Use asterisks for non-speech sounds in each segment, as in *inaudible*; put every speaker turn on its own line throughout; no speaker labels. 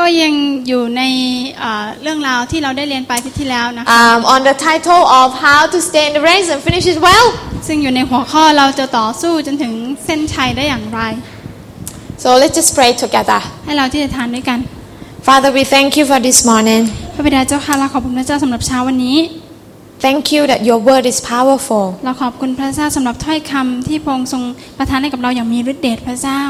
ก็ยังอยู่ในเอ่อเรื่องราวที่เราได้เรียนไปอาที่ที่แล้วนะคะ
um, on the title of How to Stay in the Race and Finish It Well.
ซึ่งอยู่ในหัวข้อเราจะต่อสู้จนถึงเส้นชัยได้อย่างไร
So let's just pray together.
ให้เราที่จะทานด้วยกัน
Father, we thank you for this morning.
พระบิดาเจ้าค่ะเราขอบคุณพระเจ้าสำหรับเช้าวันนี้
Thank you that your word is powerful.
เราขอบคุณพระเจ้าสำหรับถ้อยคำที่พระองค์ทรงประทานให้กับเราอย่างมีฤทธิเดชพระเจ้า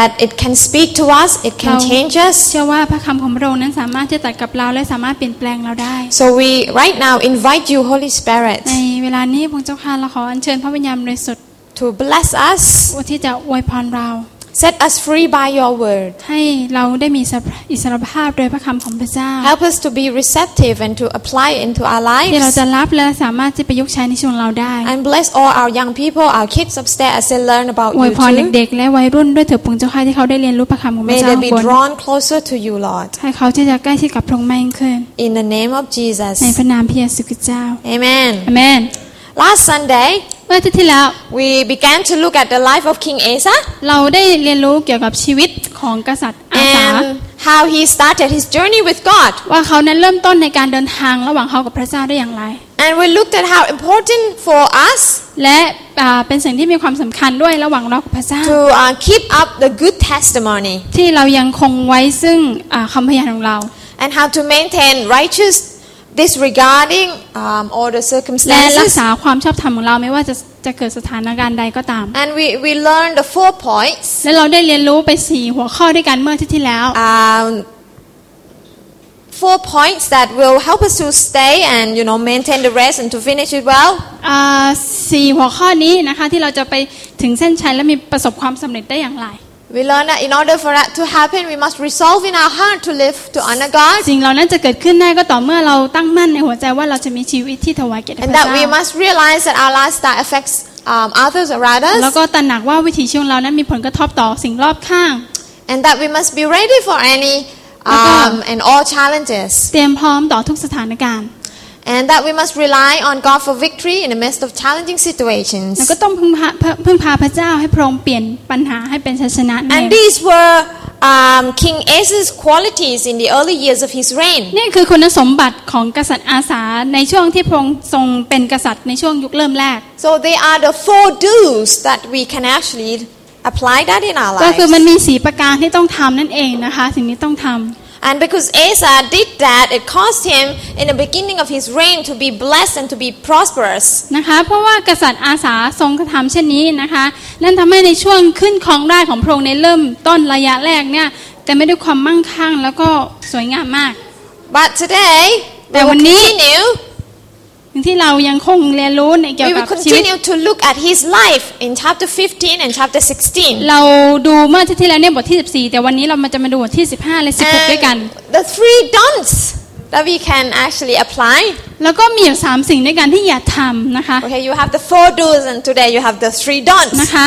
That it can speak to us, it can
No.
change us.
เชื่อว่าพระคำของพระองค์นั้นสามารถที่จะตัดกับเราและสามารถเปลี่ยนแปลงเราได้
So we right now invite you, Holy Spirit,
ในเวลานี้พระองค์เจ้าค่ะเราขออัญเชิญพระวิญญาณบริสุทธิ์
to bless us,
ที่จะอวยพรเรา
set us free by your word.
ให้เราได้มีอิสรภาพโดยพระคำของพระเจ้า
Help us to be receptive and to apply it into our
ที่เรา
lives.
จะรับและสามารถที่ประยุกต์ใช้ในชีวิตเราได้
And bless all our young people, our kids upstairs as they learn about
อวย
you
พร
too.
เด็กๆ และวัยรุ่นด้วยเถิดพระองค์เจ้าค่ะที่เขาได้เรียนรู้พระคำของพระ
May
เจ้า
they
ข้าง
be
บน
drawn closer to you, Lord.
ให้เขาที่จะใกล้ชิดกับพระองค์มากยิ่งขึ้น
In the name of
ในพ
Jesus.
ระนามพระเยซูคริสต์เจ้า
Amen.
อาเมน
Last Sunday,
เมื่ออาทิตย์ที่แล้ว
we began to look at the life of King Asa
เราได้เรียนรู้เกี่ยวกับชีวิตของกษัตริย์อาสา
and how he started his journey with God.
ว่าเขานั้นเริ่มต้นในการเดินทางระหว่างเขากับพระเจ้าได้อย่างไร
And we looked at how important for us
และอ่าเป็นสิ่งที่มีความสำคัญด้วยระหว่างเรากับพระเจ้า
to uh, keep up the good testimony
ที่เรายังคงไว้ซึ่งอ่าคำพยานของเรา
and how to maintain righteous disregarding um, all the
และรัก
circumstances.
ษาความชอบธรรมของเราไม่ว่าจะจะเกิดสถานการณ์ใดก็ตาม
And we, we learned the four points
และเราได้เรียนรู้ไปสี่หัวข้อด้วยกันเมื่ออาทิตย์ที่แล้ว
um, four points that will help us to stay and you know maintain the rest and to finish it well.
อ่าสี่หัวข้อนี้นะคะที่เราจะไปถึงเส้นชัยและมีประสบความสำเร็จได้อย่างไร
We learned that in order for that to happen, we must resolve in our heart to live to honor God,
สิ่งเหล่านั้นจะเกิดขึ้นได้ก็ต่อเมื่อเราตั้งมั่นในหัวใจว่าเราจะมีชีวิตที่ถวายเกียรติพ
and
ระเจ้า
that we must realize that our lifestyle affects um, others around
แล้ว
us,
ก็ตระหนักว่าวิถีชีวิตของเรานั้นมีผลกระทบต่อสิ่งรอบข้าง
and that we must be ready for any um, and all challenges,
เตรียมพร้อมต่อทุกสถานการณ์
and that we must rely on God for victory in the midst of challenging
แล้ว
situations.
ก็ต้องพึ่งพาพึ่งพาพระเจ้าให้พระองค์เปลี่ยนปัญหาให้เป็นชัยชนะนั่น
And
เอง
these were um, King Asa's qualities in the early years of his reign.
นี่คือคุณสมบัติของกษัตริย์อาสาในช่วงที่พระองค์ทรงเป็นกษัตริย์ในช่วงยุคเริ่มแรก
So they are the four do's that we can actually apply that in our
ก็คือมัน
lives.
มีสีประการที่ต้องทำนั่นเองนะคะสิ่งนี้ต้องทำ
And because Asa did that, it caused him in the beginning of his reign to be blessed and to be prosperous.
นะคะเพราะว่ากษัตริย์อาสาทรงกระทำเช่นนี้นะคะนั่นทำให้ในช่วงขึ้นครองราชย์ของพระองค์ในเริ่มต้นระยะแรกเนี่ยแต่ไม่ด้วยความมั่งคั่งแล้วก็สวยงามมาก
But today, we
Now
will
we need-
continue,
อย่างที่เรายังคงเรียนรู้ในเกี่ยว
we
กั
will
บชีวิต
continue to look at his life in chapter 15 and chapter 16.
เราดูเมื่ออาทิตย์ที่แล้วเนี่ยบทที่ 14 แต่วันนี้เรามาจะมาดูบทที่ 15 และ 16 ด้วยกัน
And the three don'ts that we can actually apply.
แล้วก็มีอยู่ 3 สิ่งด้วยกันที่อย่าทำนะคะ
Okay, you have the four do's and today you have the three don'ts.
นะคะ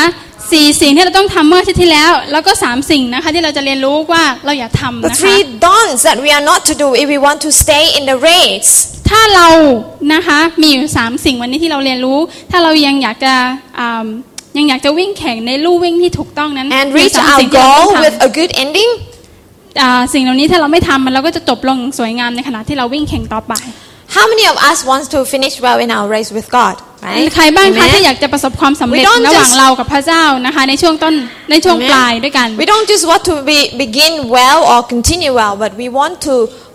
สี่สิ่งที่เราต้องทำเมื่ออาทิตย์ที่แล้ว แล้วก็ 3 สิ่งนะคะที่เราจะเรียนรู้ว่าเราอย่าทำ
The
นะคะ
three don'ts that we are not to do if we want to stay in the race.
ถ้าเรานะคะมีอยู่สามสิ่งวันนี้ที่เราเรียนรู้ ถ้าเรายังอยากจะอ่ายังอยากจะวิ่งแข่งในลู่วิ่งที่ถูกต้องนั้น
and
มี
reach
สาม
our
สิ่งที่เราต้องท
goal with a good ending
ำอ่าสิ่งเหล่านี้ถ้าเราไม่ทำมันเราก็จะจบลงสวยงามในขณะที่เราวิ่งแข่งต่อไป
how many of us wants to finish well in our race with god
ใครบ้างคะ
Amen.
ที่อยากจะประสบความสำเร็จ
We don't just-
ระหว่างเรากับพระเจ้านะคะ ในช่วงต้นในช่วง
Amen.
ปลายด้วยกัน
we don't just want to be, begin well or continue well but we want to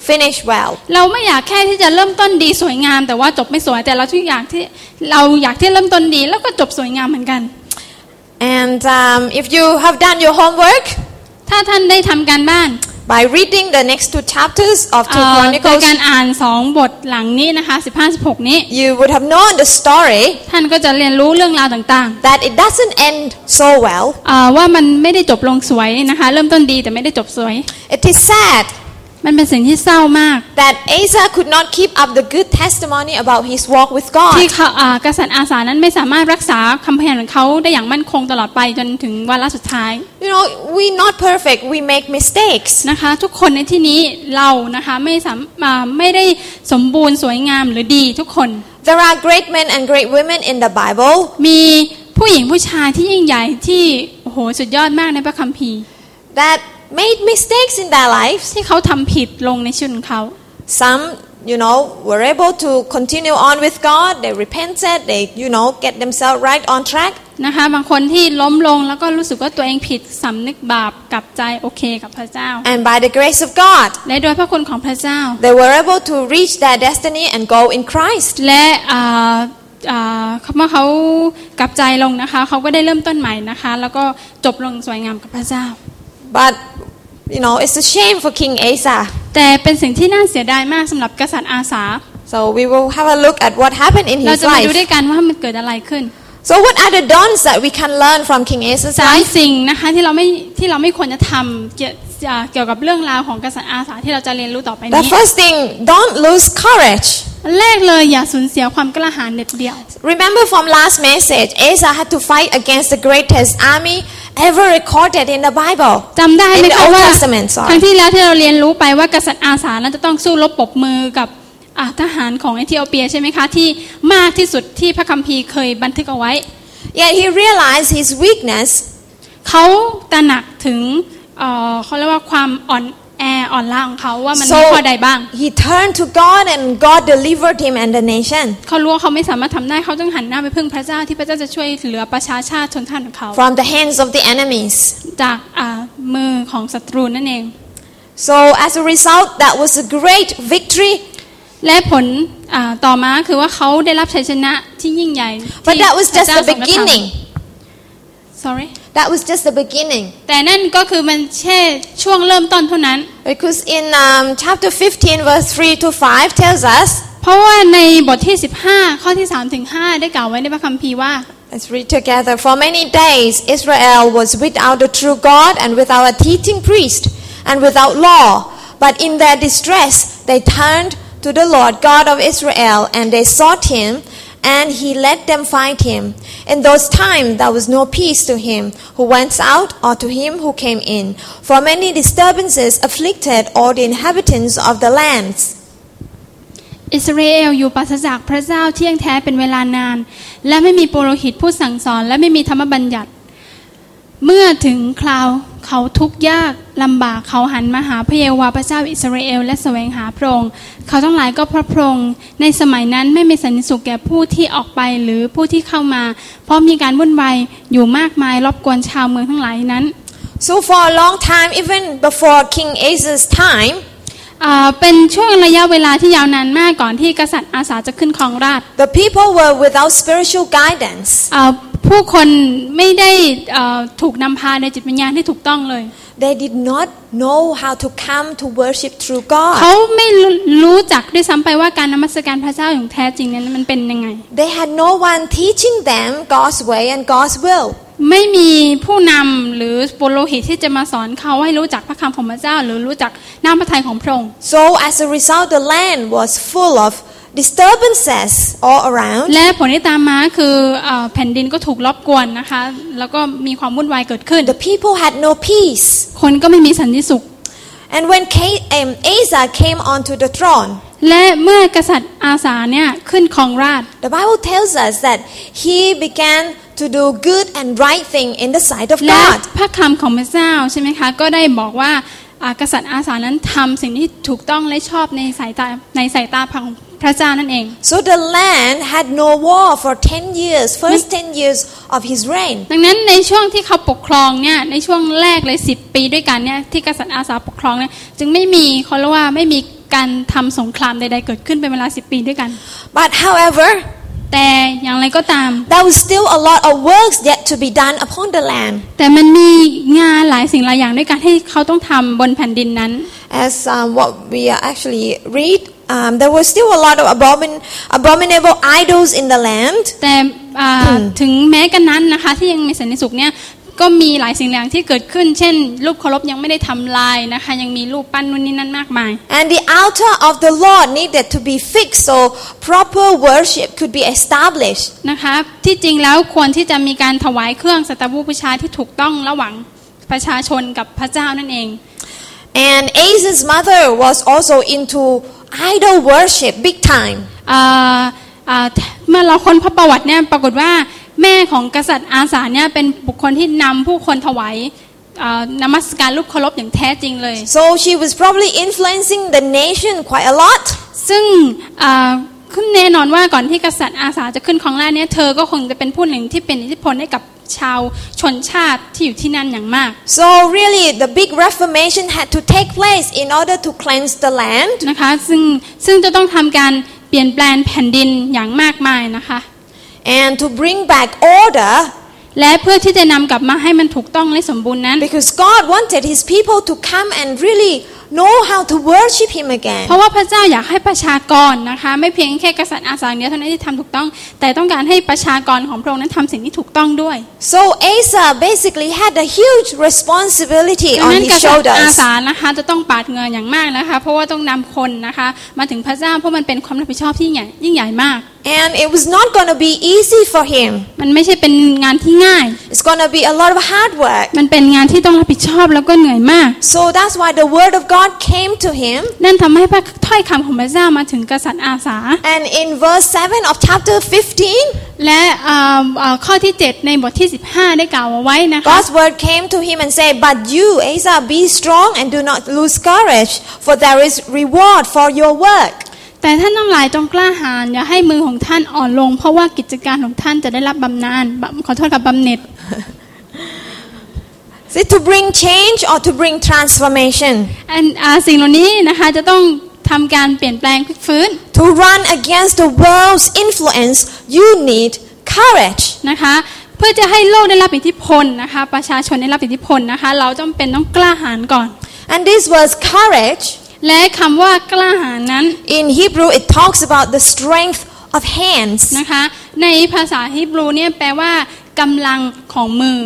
finish well
เราไม่อยากแค่ที่จะเริ่มต้นดีสวยงาม แต่ว่าจบไม่สวยแต่เราทุกอย่างที่เราอยากที่เริ่มต้นดี แล้วก็จบสวยงามเหมือนกัน
and um, if you have done your homework
ถ้าท่านได้ทำการบ้าน
by reading the next two chapters of 2
เอ่อโดย
chronicles
การอ่าน 2 บทหลังนี้นะคะ 15 16 นี้
you would have known the story
ท่านก็จะเรียนรู้เรื่องราวต่าง
that it doesn't end so well
ๆเอ่อว่ามันไม่ได้จบลงสวยนะคะ เริ่มต้นดีแต่ไม่ได้จบสวย
it is sad
มันเป็นสิ่งที่เศร้ามาก
that asa could not keep up the good testimony about his walk with
ที่
god
เขาอ่ากษัตริย์อาสานั้นไม่สามารถรักษาคำพยานของเขาได้อย่างมั่นคงตลอดไปจนถึงวาระสุดท้าย
you know we're not perfect we make mistakes
นะคะ ทุกคนในที่นี้เรานะคะไม่สามอ่าไม่ได้สมบูรณ์สวยงามหรือดีทุกคน
There are great men and great women in the Bible
มีผู้หญิงผู้ชายที่ยิ่งใหญ่ที่โอ้โหสุดยอดมากในพระคัมภีร์
that made mistakes in their lives.
ที่เขาทำผิดลงในชีวิตของเขา
Some, you know, were able to continue on with God. They repented. They, you know, get themselves right on track.
นะคะบางคนที่ล้มลงแล้วก็รู้สึกว่าตัวเองผิดสำนึกบาปกลับใจโอเคกับพระเจ้า
And by the grace of God,
และโดยพระคุณของพระเจ้า
they were able to reach their destiny and go in Christ.
และอ่าอ่าเมื่อเขากลับใจลงนะคะ เขาก็ได้เริ่มต้นใหม่นะคะ แล้วก็จบลงสวยงามกับพระเจ้า
But, you know, it's a shame for King Asa.
แต่เป็นสิ่งที่น่าเสียดายมากสำหรับกษัตริย์อาสา
So we will have a look at what happened in
เรา
his
จะมาดูด้วย
life.
กันว่ามันเกิดอะไรขึ้น
So what are the dons that we can learn from King Asa's
สาม
life?
สิ่งนะคะที่เราไม่ที่เราไม่ควรจะทำเกี่ยวอ่าเกี่ยวกับเรื่องราวของกษัตริย์อาสาที่เราจะเรียนรู้ต่อไป
The
นี้
first thing, don't lose courage.
อันแรกเลยอย่าสูญเสียความกล้าหาญเด็ดเดี่ยว
Remember from last message, Asa had to fight against the greatest army ever recorded in the Bible.
จำได้ไหม
In the
คะ
Old
ว่า
Testament,
ครั้ง
sorry.
ที่แล้วที่เราเรียนรู้ไปว่ากษัตริย์อาสานั้นจะต้องสู้รบปรบมือกับอ่าทหารของเอธิโอเปียใช่ไหมคะที่มากที่สุดที่พระคัมภีร์เคยบันทึกเอาไว้
Yet he realized his weakness
เขาตระหนักถึงเอ่อเขาเรียกว่าความอ่อนแออ่อนล้าของเขาว่ามันมีข้อใดบ้าง
he turned to God and God delivered him and the nation
เขารู้ว่าเขาไม่สามารถทำได้เขาต้องหันหน้าไปพึ่งพระเจ้าที่พระเจ้าจะช่วยเหลือประชาชาติชนชาติของเขา
from the hands of the enemies.
จากอ่ามือของศัตรูนั่นเอง
So as a result, that was a great victory
และผลอ่าต่อมาคือว่าเขาได้รับชัยชนะที่ยิ่งใหญ่
But
ที่
that was
พระ
just
เจ้า
the
ทรงกระทำ
beginning.
sorry
That was just the beginning.
แต่นั่นก็คือมันแค่ช่วงเริ่มต้นเท่านั้น
Because in um, chapter 15, verse 3 to 5 tells us,
เพราะว่าในบทที่ 15 ข้อที่3ถึง5ได้กล่าวไว้ในพระคัมภีร์ว่า
let's read together. For many days Israel was without a true God and without a teaching priest and without law. But in their distress, they turned to the Lord God of Israel and they sought him and he let them find him. In those times, there was no peace to him who went out or to him who came in. For many disturbances afflicted all the inhabitants of the lands.
อิสราเอลอยู่ปราศจากพระเจ้าเที่ยงแท้เป็นเวลานาน และไม่มีปุโรหิตผู้สั่งสอน และไม่มีธรรมบัญญัติ เมื่อถึงคราวเขาทุกข์ยากลำบากเขาหันมาหาพระเยโวาห์พระเจ้าอิสราเอล และแสวงหาพระองค์เขาทั้งหลายก็พระพรงค์ในสมัยนั้นไม่มีสันติสุขแก่ผู้ที่ออกไปหรือผู้ที่เข้ามา เพราะมีการวุ่นวายอยู่มากมายรบกวนชาวเมืองทั้งหลายนั้น
So for a long time, even before King Asa's time,
อ่าเป็นช่วงระยะเวลาที่ยาวนานมากก่อนที่กษัตริย์อาสาจะขึ้นครองราชย์
the people were without spiritual guidance.
เอ่อผู้คนไม่ได้เอ่อถูกนำพาในจิตวิญญาณที่ถูกต้องเลย
They did not know how to come to worship true God.
เขาไม่รู้รู้จักด้วยซ้ำไปว่าการนมัสการพระเจ้าอย่างแท้จริงนั้นมันเป็นยังไง
They had no one teaching them God's way and God's will.
ไม่มีผู้นำหรือปุโรหิตที่จะมาสอนเขาให้รู้จักพระคำของพระเจ้า หรือรู้จักน้ำพระทัยของพระองค์
So as a result, the land was full of disturbances all around.
และผลที่ตามมาคือเอ่อแผ่นดินก็ถูกรบกวนนะคะ แล้วก็มีความวุ่นวายเกิดขึ้น
The people had no peace.
คนก็ไม่มีสันติสุข
And when K- um, Asa came onto the throne,
และเมื่อกษัตริย์อาสาเนี่ยขึ้นครองราชย์
the Bible tells us that he began to do good and right thing in the sight of
และ
God.
พระคำของพระเจ้าใช่ไหมคะ ก็ได้บอกว่าอ่ากษัตริย์อาสานั้นทำสิ่งที่ถูกต้องและชอบในสายตาในสายตาของพระเจ้านั่นเอง
So the land had no war for 10 years, first 10 years of his reign.
ดังนั้นในช่วงที่เขาปกครองเนี่ยในช่วงแรกเลยสิปีด้วยกันเนี่ยที่กษัตริย์อาสาปกครองเนี่ยจึงไม่มีเขาเรียกว่าไม่มีการทำสงครามใดๆเกิดขึ้นเป็นเวลา 10 ปีด้วยกัน
But however,
แต่อย่างไรก็ตาม
there was still a lot of works yet to be done upon the land.
แต่มันมีงานหลายสิ่งหลายอย่างด้วยกันที่เขาต้องทำบนแผ่นดินนั้น
As um, what we are actually read, um, there was still a lot of abomin- abominable idols in the land.
แต่อ่าถึงแม้กันนั้นนะคะที่ยังมีสันติสุขเนี่ยก็มีหลายสิ่งหลายอย่างที่เกิดขึ้น เช่น รูปเคารพยังไม่ได้ทำลายนะคะ ยังมีรูปปั้นนู่นนี่นั่นมากมาย
And the altar of the Lord needed to be fixed so proper worship could be established.
นะคะที่จริงแล้วควรที่จะมีการถวายเครื่องสัตบูบูชาที่ถูกต้องระหว่างประชาชนกับพระเจ้านั่นเอง
And Asa's mother was also into idol worship big time.
อ่าอ่าเมื่อเราค้นพบประวัติเนี่ยปรากฏว่าแม่ของกษัตริย์อาสาเนี่ยเป็นบุคคลที่นำผู้คนถวาย เอ่อนมัสการรูปเคารพอย่างแท้จริงเลย
So she was probably influencing the nation quite a lot.
ซึ่งเอ่อขึ้นแน่นอนว่าก่อนที่กษัตริย์อาสาจะขึ้นครองราชย์เนี่ยเธอก็คงจะเป็นผู้หนึ่งที่เป็นอิทธิพลให้กับชาวชนชาติที่อยู่ที่นั่นอย่างมาก
So really the big reformation had to take place in order to cleanse the land.
นะคะซึ่งซึ่งจะต้องทำการเปลี่ยนแปลงแผ่นดินอย่างมากมายนะคะ
and to bring back order
และเพื่อที่จะนำกลับมาให้มันถูกต้องและสมบูรณ์นั้น
because God wanted his people to come and really know how to worship him again.
เพราะว่าพระเจ้าอยากให้ประชากรนะคะ ไม่เพียงแค่กษัตริย์อาสาเดียวเท่านั้นที่ทำถูกต้อง แต่ต้องการให้ประชากรของพระองค์นั้นทำสิ่งที่ถูกต้องด้วย
So Asa basically had a huge responsibility
ดัง
on
นั้นก
his
ษัตริย์อา
shoulders.
สานะคะจะต้องปาดเหงินอย่างมากนะคะ เพราะว่าต้องนำคนนะคะ มาถึงพระเจ้าเพราะมันเป็นความรับผิดชอบที่ใหญ่ยิ่งใหญ่มาก
And it was not going to be easy for him.
มันไม่ใช่เป็นงานที่ง่าย
It's going to be a lot of hard work.
มันเป็นงานที่ต้องรับผิดชอบแล้วก็เหนื่อยมาก
So that's why the word of God came to him.
นั่นทำให้พระถ้อยคำของพระเจ้ามาถึงกษัตริย์อาสา
And in verse 7 of chapter 15,
และเอ่อเอ่อข้อที่ 7 ในบทที่ 15 ได้กล่าวเอาไว้นะคะ
God's word came to him and said, But you, Asa, be strong and do not lose courage, for there is reward for your work.
แต่ท่านทั้งหลายจงกล้าหาญอย่าให้มือของท่านอ่อนลง เพราะว่ากิจการของท่านจะได้รับบำนาญบำขอโทษกับบำเหน็จ
Is it to bring change or to bring transformation?
อันอ่าสิ่งเหล่านี้นะคะจะต้องทำการเปลี่ยนแปลงพลิกฟื้น
To run against the world's influence, you need courage.
นะคะ เพื่อจะให้โลกได้รับอิทธิพลนะคะ ประชาชนได้รับอิทธิพลนะคะ เราจำเป็นต้องกล้าหาญก่อน
And this was courage.
และคำว่ากล้าหาญนั้น
In Hebrew, it talks about the strength of hands.
นะคะในภาษาฮิบรูเนี่ยแปลว่ากำลังของมือ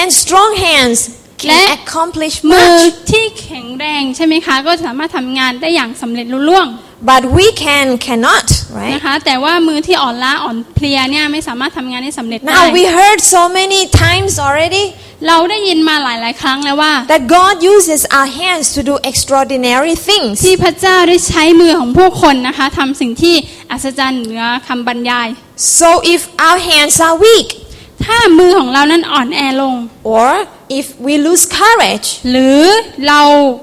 And strong hands can
Let-
accomplish
มือ
much.
ที่แข็งแรงใช่ไหมคะ ก็สามารถทำงานได้อย่างสำเร็จลุล่วง
But we can cannot, right?
นะคะ แต่ว่ามือที่อ่อนล้าอ่อนเพลียเนี่ยไม่สามารถทำงานได้สำเร็จได้
Now we heard so many times already
เราได้ยินมาหลาย ๆ ครั้งแล้วว่า
that God uses our hands to do extraordinary things.
ที่พระเจ้าได้ใช้มือของผู้คนนะคะทำสิ่งที่อัศจรรย์เหนือคำบรรยาย
So if our hands are weak
ถ้ามือของเรานั้นอ่อนแอลง
or if we lose courage,
หรือเรา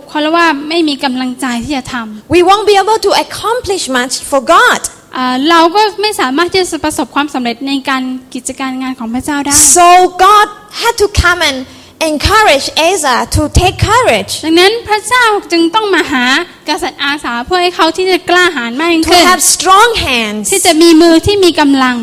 เขาเรียกว่าไม่มีกำลังใจที่จะทำ
we won't be able to accomplish much for God.
อ่าเราก็ไม่สามารถที่จะประสบความสำเร็จในการกิจการงานของพระเจ้าได้
So God had to come and encourage Asa to take courage,
ดังนั้นพระเจ้าจึงต้องมาหากษัตริย์อาสาเพื่อให้เขาที่จะกล้าหาญมากยิ่ง
to
ขึ้น
have strong hands
ที่จะมีมือที่มีกำลัง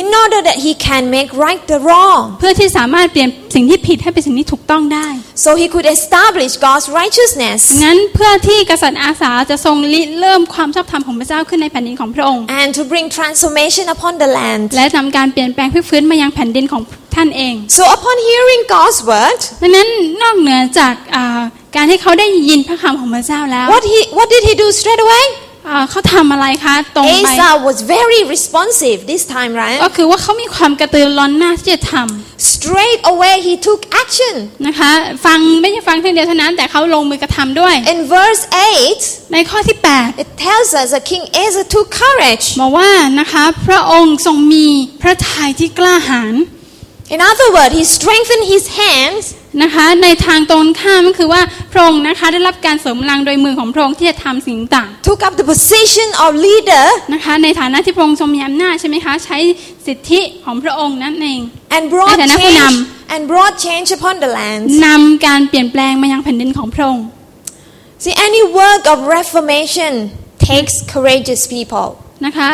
in order that he can make right the wrong
เพื่อที่สามารถเปลี่ยนสิ่งที่ผิดให้เป็นสิ่งที่ถูกต้องได้
so he could establish God's
ดั
righteousness
งนั้นเพื่อที่กษัตริย์อาสาจะทรงริเริ่มความชอบธรรมของพระเจ้าขึ้นในแผ่นดินของพระองค์
and to bring transformation upon the land.
และนำการเปลี่ยนแปลงพลิกฟื้นมายังแผ่นดินของท่านเอง
So upon hearing God's word,
ดังนั้นนอกเหนือจากอ่าการที่เขาได้ยินพระคำของพระเจ้าแล้ว
what he what did he do straight away?
อ่าเขาทำอะไรคะตรงไป
Asa was very responsive this time,
ก็
right?
คือว่าเขามีความกระตือร้อนหน้าที่จะทำ
Straight away he took action.
นะคะ ฟังไม่ใช่ฟังเพียงเดียวเท่านั้น แต่เขาลงมือกระทำด้วย
In verse 8,
ในข้อที่
it tells us that King Asa took courage.
8 บอกว่านะคะพระองค์ทรงมีพระทัยที่กล้าหาญ
In other words, he strengthened his hands
นะคะ ในทางตรงข้ามก็คือว่าพระองค์นะคะได้รับการเสริมพลังโดยมือของพระองค์ที่จะทำสิ่งต่าง
took up the position of leader
นะคะ ในฐานะที่พระองค์ทรงมีอำนาจใช่ไหมคะใช้สิทธิของพระองค์นั่นเอง
and brought
Ada nak
change
punam.
and brought change upon the land.
นำการเปลี่ยนแปลงมายังแผ่นดินของพระองค์
See, any work of reformation takes courageous people.
นะคะ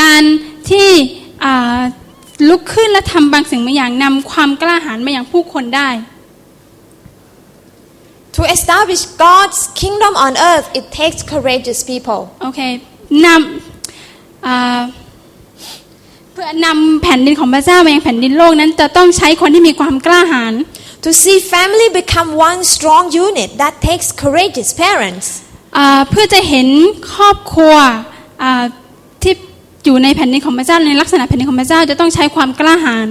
การที่อ่าลุกขึ้นและทำบางสิ่งบางอย่างนำความกล้าหาญมาอย่างผู้คนได้
To establish God's kingdom on earth, it takes courageous people.
โอเคนำอ่าเพื่อนำแผ่นดินของพระเจ้ามายังแผ่นดินโลกนั้น จะต้องใช้คนที่มีความกล้าหาญ
To see family become one strong unit, that takes courageous parents.
อ่าเพื่อจะเห็นครอบครัวอ่าที่อยู่ในแผ่นดินของพระเจ้าในลักษณะแผ่นดินของพระเจ้าจะต้องใช้ความกล้าหาญ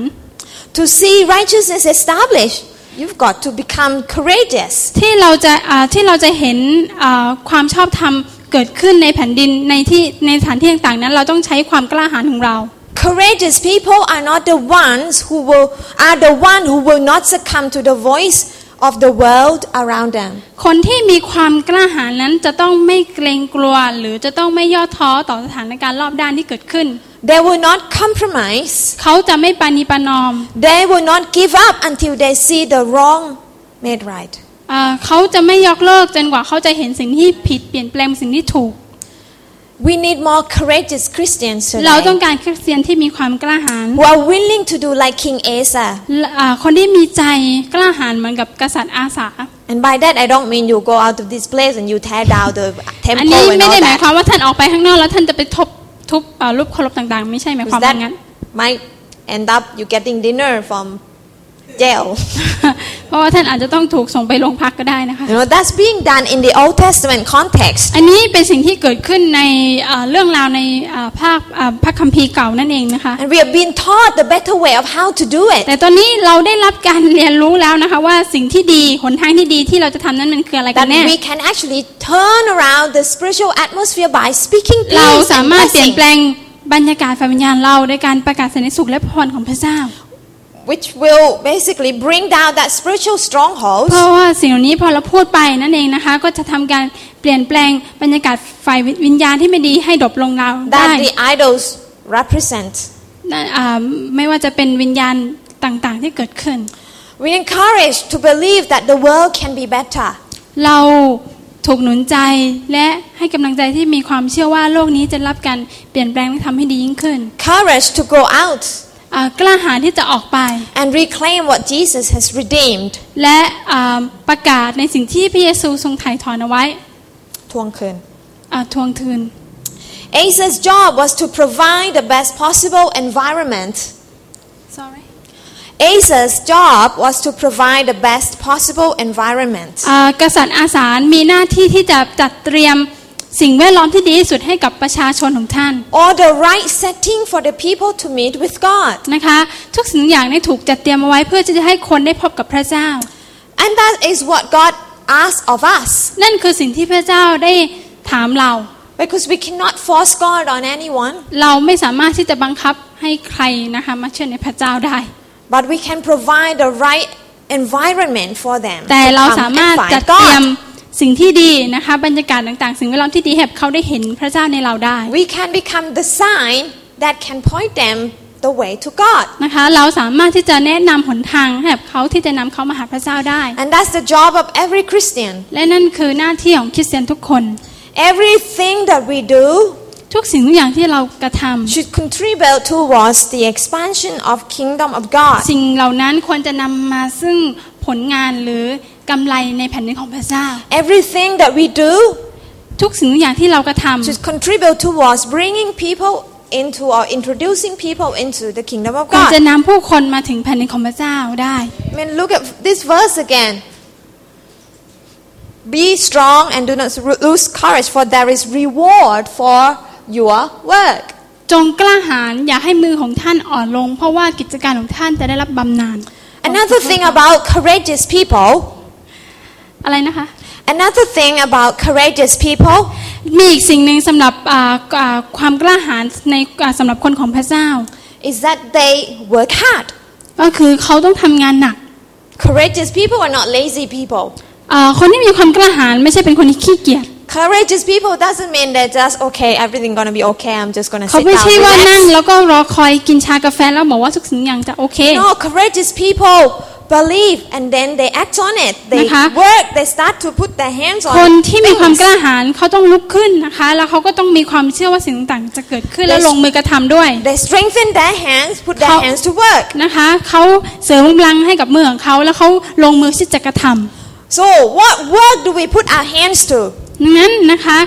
To see righteousness established, you've got to become courageous.
ที่เราจะอ่าที่เราจะเห็นอ่าความชอบธรรมเกิดขึ้นในแผ่นดินในที่ในสถานที่ต่างๆนั้น เราต้องใช้ความกล้าหาญของเรา
Courageous people are not the ones who will are the one who will not succumb to the voice of the world around them.
คนที่มีความกล้าหาญนั้นจะต้องไม่เกรงกลัว หรือจะต้องไม่ย่อท้อต่อสถานการณ์รอบด้านที่เกิดขึ้น
They will not compromise.
เขาจะไม่ปานีปานอม
They will not give up until they see the wrong made right.
เอ่อเขาจะไม่ยกเลิกจนกว่าเขาจะเห็นสิ่งที่ผิดเปลี่ยนแปลงสิ่งที่ถูก
We need more courageous Christians
เราต้อง
today
การคริสเตียนที่มีความกล้าหาญ
who are willing to do like King Asa.
และอ่าคนที่มีใจกล้าหาญเหมือนกับกษัตริย์อาสา
And by that, I don't mean you go out of this place and you tear down the
อั
temple
นนี้
and
ไม่ได้
all
หมาย
that.
ความว่าท่านออกไปข้างนอกแล้วท่านจะไปทบทุบเอ่อรูปเคารพต่างๆ ไม่ใช่หมายค
Because
วามว่างั้น
that might end up you getting dinner from jail.
*laughs* เพราะว่าท่านอาจจะต้องถูกส่งไปโรงพักก็ได้นะคะ
*laughs* You know, that's being done in the Old Testament context.
อันนี้เป็นสิ่งที่เกิดขึ้นในเอ่อเรื่องราวในเอ่อภาคเอ่อพระคัมภีร์เก่านั่นเองนะคะ
And we have been taught the better way of how to do it.
แต่ตอนนี้เราได้รับการเรียนรู้แล้วนะคะ ว่าสิ่งที่ดีหนทางที่ดีที่เราจะทำนั้นมันคืออะไรกั
That
นแน่
we can actually turn around the spiritual atmosphere by speaking
เรา
peace
สา
and
มารถเปลี่ยน
blessing,
แปลงบรรยากาศฝ่ายวิญญาณเราโดยการประกาศสันติสุขและพรของพระเจ้า
which will basically bring down that spiritual stronghold
เพราะว่าสิ่งเหล่านี้พอเราพูดไปนั่นเองนะคะ ก็จะทำการเปลี่ยนแปลงบรรยากาศฝ่ายวิญญาณที่ไม่ดีให้ดบลงเราได้
that the idols represent.
นั่นอ่าไม่ว่าจะเป็นวิญญาณต่างๆ ที่เกิดขึ้น
We encourage to believe that the world can be better.
เราถูกหนุนใจและให้กำลังใจที่มีความเชื่อว่าโลกนี้จะรับการเปลี่ยนแปลงและทำให้ดียิ่งขึ้น
Courage to go out
อ่ากล้าหาญที่จะออกไป
and reclaim what Jesus has redeemed.
และอ่าประกาศในสิ่งที่พระเยซูทรงถ่ายถอนเอาไว้
ทวงคืน
อ่าทวงคืน
Asa's job was to provide the best possible environment.
sorry
Asa's job was to provide the best possible environment.
อ่ากษัตริย์อาสามีหน้าที่ที่จะจัดเตรียมสิ่งแวดล้อมที่ดีที่สุดให้กับประชาชนของท่าน
or the right setting for the people to meet with God.
นะคะ ทุกสิ่งทุกอย่างได้ถูกจัดเตรียมเอาไว้เพื่อที่จะให้คนได้พบกับพระเจ้า
And that is what God asks of us
นั่นคือสิ่งที่พระเจ้าได้ถามเรา
because we cannot force God on anyone,
เราไม่สามารถที่จะบังคับให้ใครนะคะมาเชื่อในพระเจ้าได้
but we can provide the right environment for them.
แต่
to
เรา
come
สา
and
มารถ
find
จัดเตรียม
God.
สิ่งที่ดีนะคะ บรรยากาศต่างๆ สิ่งแวดล้อมที่ดีให้เขาได้เห็นพระเจ้าในเราได้
We can become the sign that can point them the way to God.
นะคะ เราสามารถที่จะแนะนำหนทางให้กับเขาที่จะนำเขามาหาพระเจ้าได้
And that's the job of every Christian.
และนั่นคือหน้าที่ของคริสเตียนทุกคน
Everything that we do
ทุกสิ่งทุกอย่างที่เรากระทำ
should contribute towards the expansion of kingdom of God.
สิ่งเหล่านั้นควรจะนำมาซึ่งผลงานหรือกำไรในแผ่นดินของพระเจ้า
Everything that we do
ทุกสิ่งทุกอย่างที่เรากระทำ
to contribute towards bringing people into or introducing people into the kingdom of
ควรจะ
God.
นำผู้คนมาถึงแผ่นดินของพระเจ้าได้
I mean, look at this verse again. Be strong and do not lose courage, for there is reward for your work.
จงกล้าหาญอย่าให้มือของท่านอ่อนลง เพราะว่ากิจการของท่านจะได้รับบำนาญ
Another thing about courageous people,
อะไรนะคะ
another thing about courageous people
มีอีกสิ่งหนึ่งสำหรับอ่าอ่าความกล้าหาญในอ่าสำหรับคนของพระเจ้า
is that they work hard.
ก็คือเขาต้องทำงานหนัก
Courageous people are not lazy people.
อ่าคนที่มีความกล้าหาญไม่ใช่เป็นคนที่ขี้เกียจ
Courageous people doesn't mean they're just okay, everything gonna be okay, I'm just gonna
เขา
sit
ไม่
down.
ใช่ว่า
relax."
นั่งแล้วก็รอคอยกินชากาแฟแล้วบอกว่าทุกสิ่งอย่างจะโอเค
No, courageous people believe and then they act on it. They
นะคะ
work, they start to put their hands on
คนที่มีความ
things.
กล้าหาญเขาต้องลุกขึ้นนะคะ แล้วเขาก็ต้องมีความเชื่อว่าสิ่งต่างๆ จะเกิดขึ้นและ
Yes.
ลงมือกระทำด้วย
They strengthen their hands, put their
How-
hands to work.
นะคะเขาเสริมกำลังให้กับมือของเขาแล้วเขาลงมือที่จะกระท
So, what work do we put our hands to?
ำดังนั้นนะคะ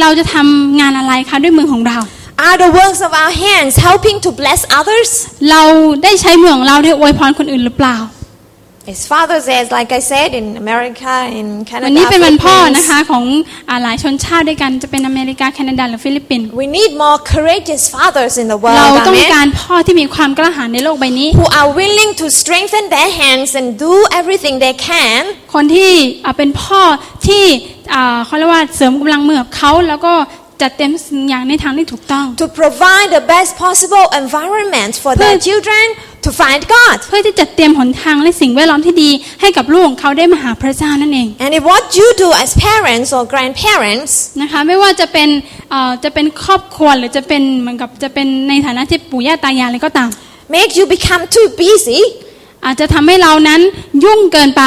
เราจะทำงานอะไรคะด้วยมือของเรา
Are the works of our hands helping to bless others?
เราได้ใช้มือของเราได้อวยพรคนอื่นหรือเปล่า
As Father says, like I said, in America, in
วันนี้
Canada,
เป็นวันพ่อนะ
Philippines,
คะของอ่าหลายชนชาติด้วยกันจะเป็นอเมริกาแคนาดาหรือฟิลิปปินส์
we need more courageous fathers in the
เรา
world,
ต้อง
amen,
การพ่อที่มีความกล้าหาญในโลกใบนี้
who are willing to strengthen their hands and do everything they can
คนที่อ่าเป็นพ่อที่อ่าเขาเรียกว่าเสริมกำลังมือกับเขาแล้วก็จัดเต็มสิ่งอย่างในทางที่ถูกต้อง
to provide the best possible environment for their
Put-
children to find God.
เพื่อที่จะเตรียมหนทางและสิ่งแวดล้อมที่ดี ให้กับลูกของเขาได้มาหาพระเจ้านั่นเอง
And if what you do as parents or grandparents
นะคะไม่ว่าจะเป็นเอ่อจะเป็นครอบครัวหรือจะเป็นเหมือนกับจะเป็นในฐานะที่ปู่ย่าตายายอะไรก็ตาม
make you become too busy
อาจจะทำให้เรานั้นยุ่งเกินไป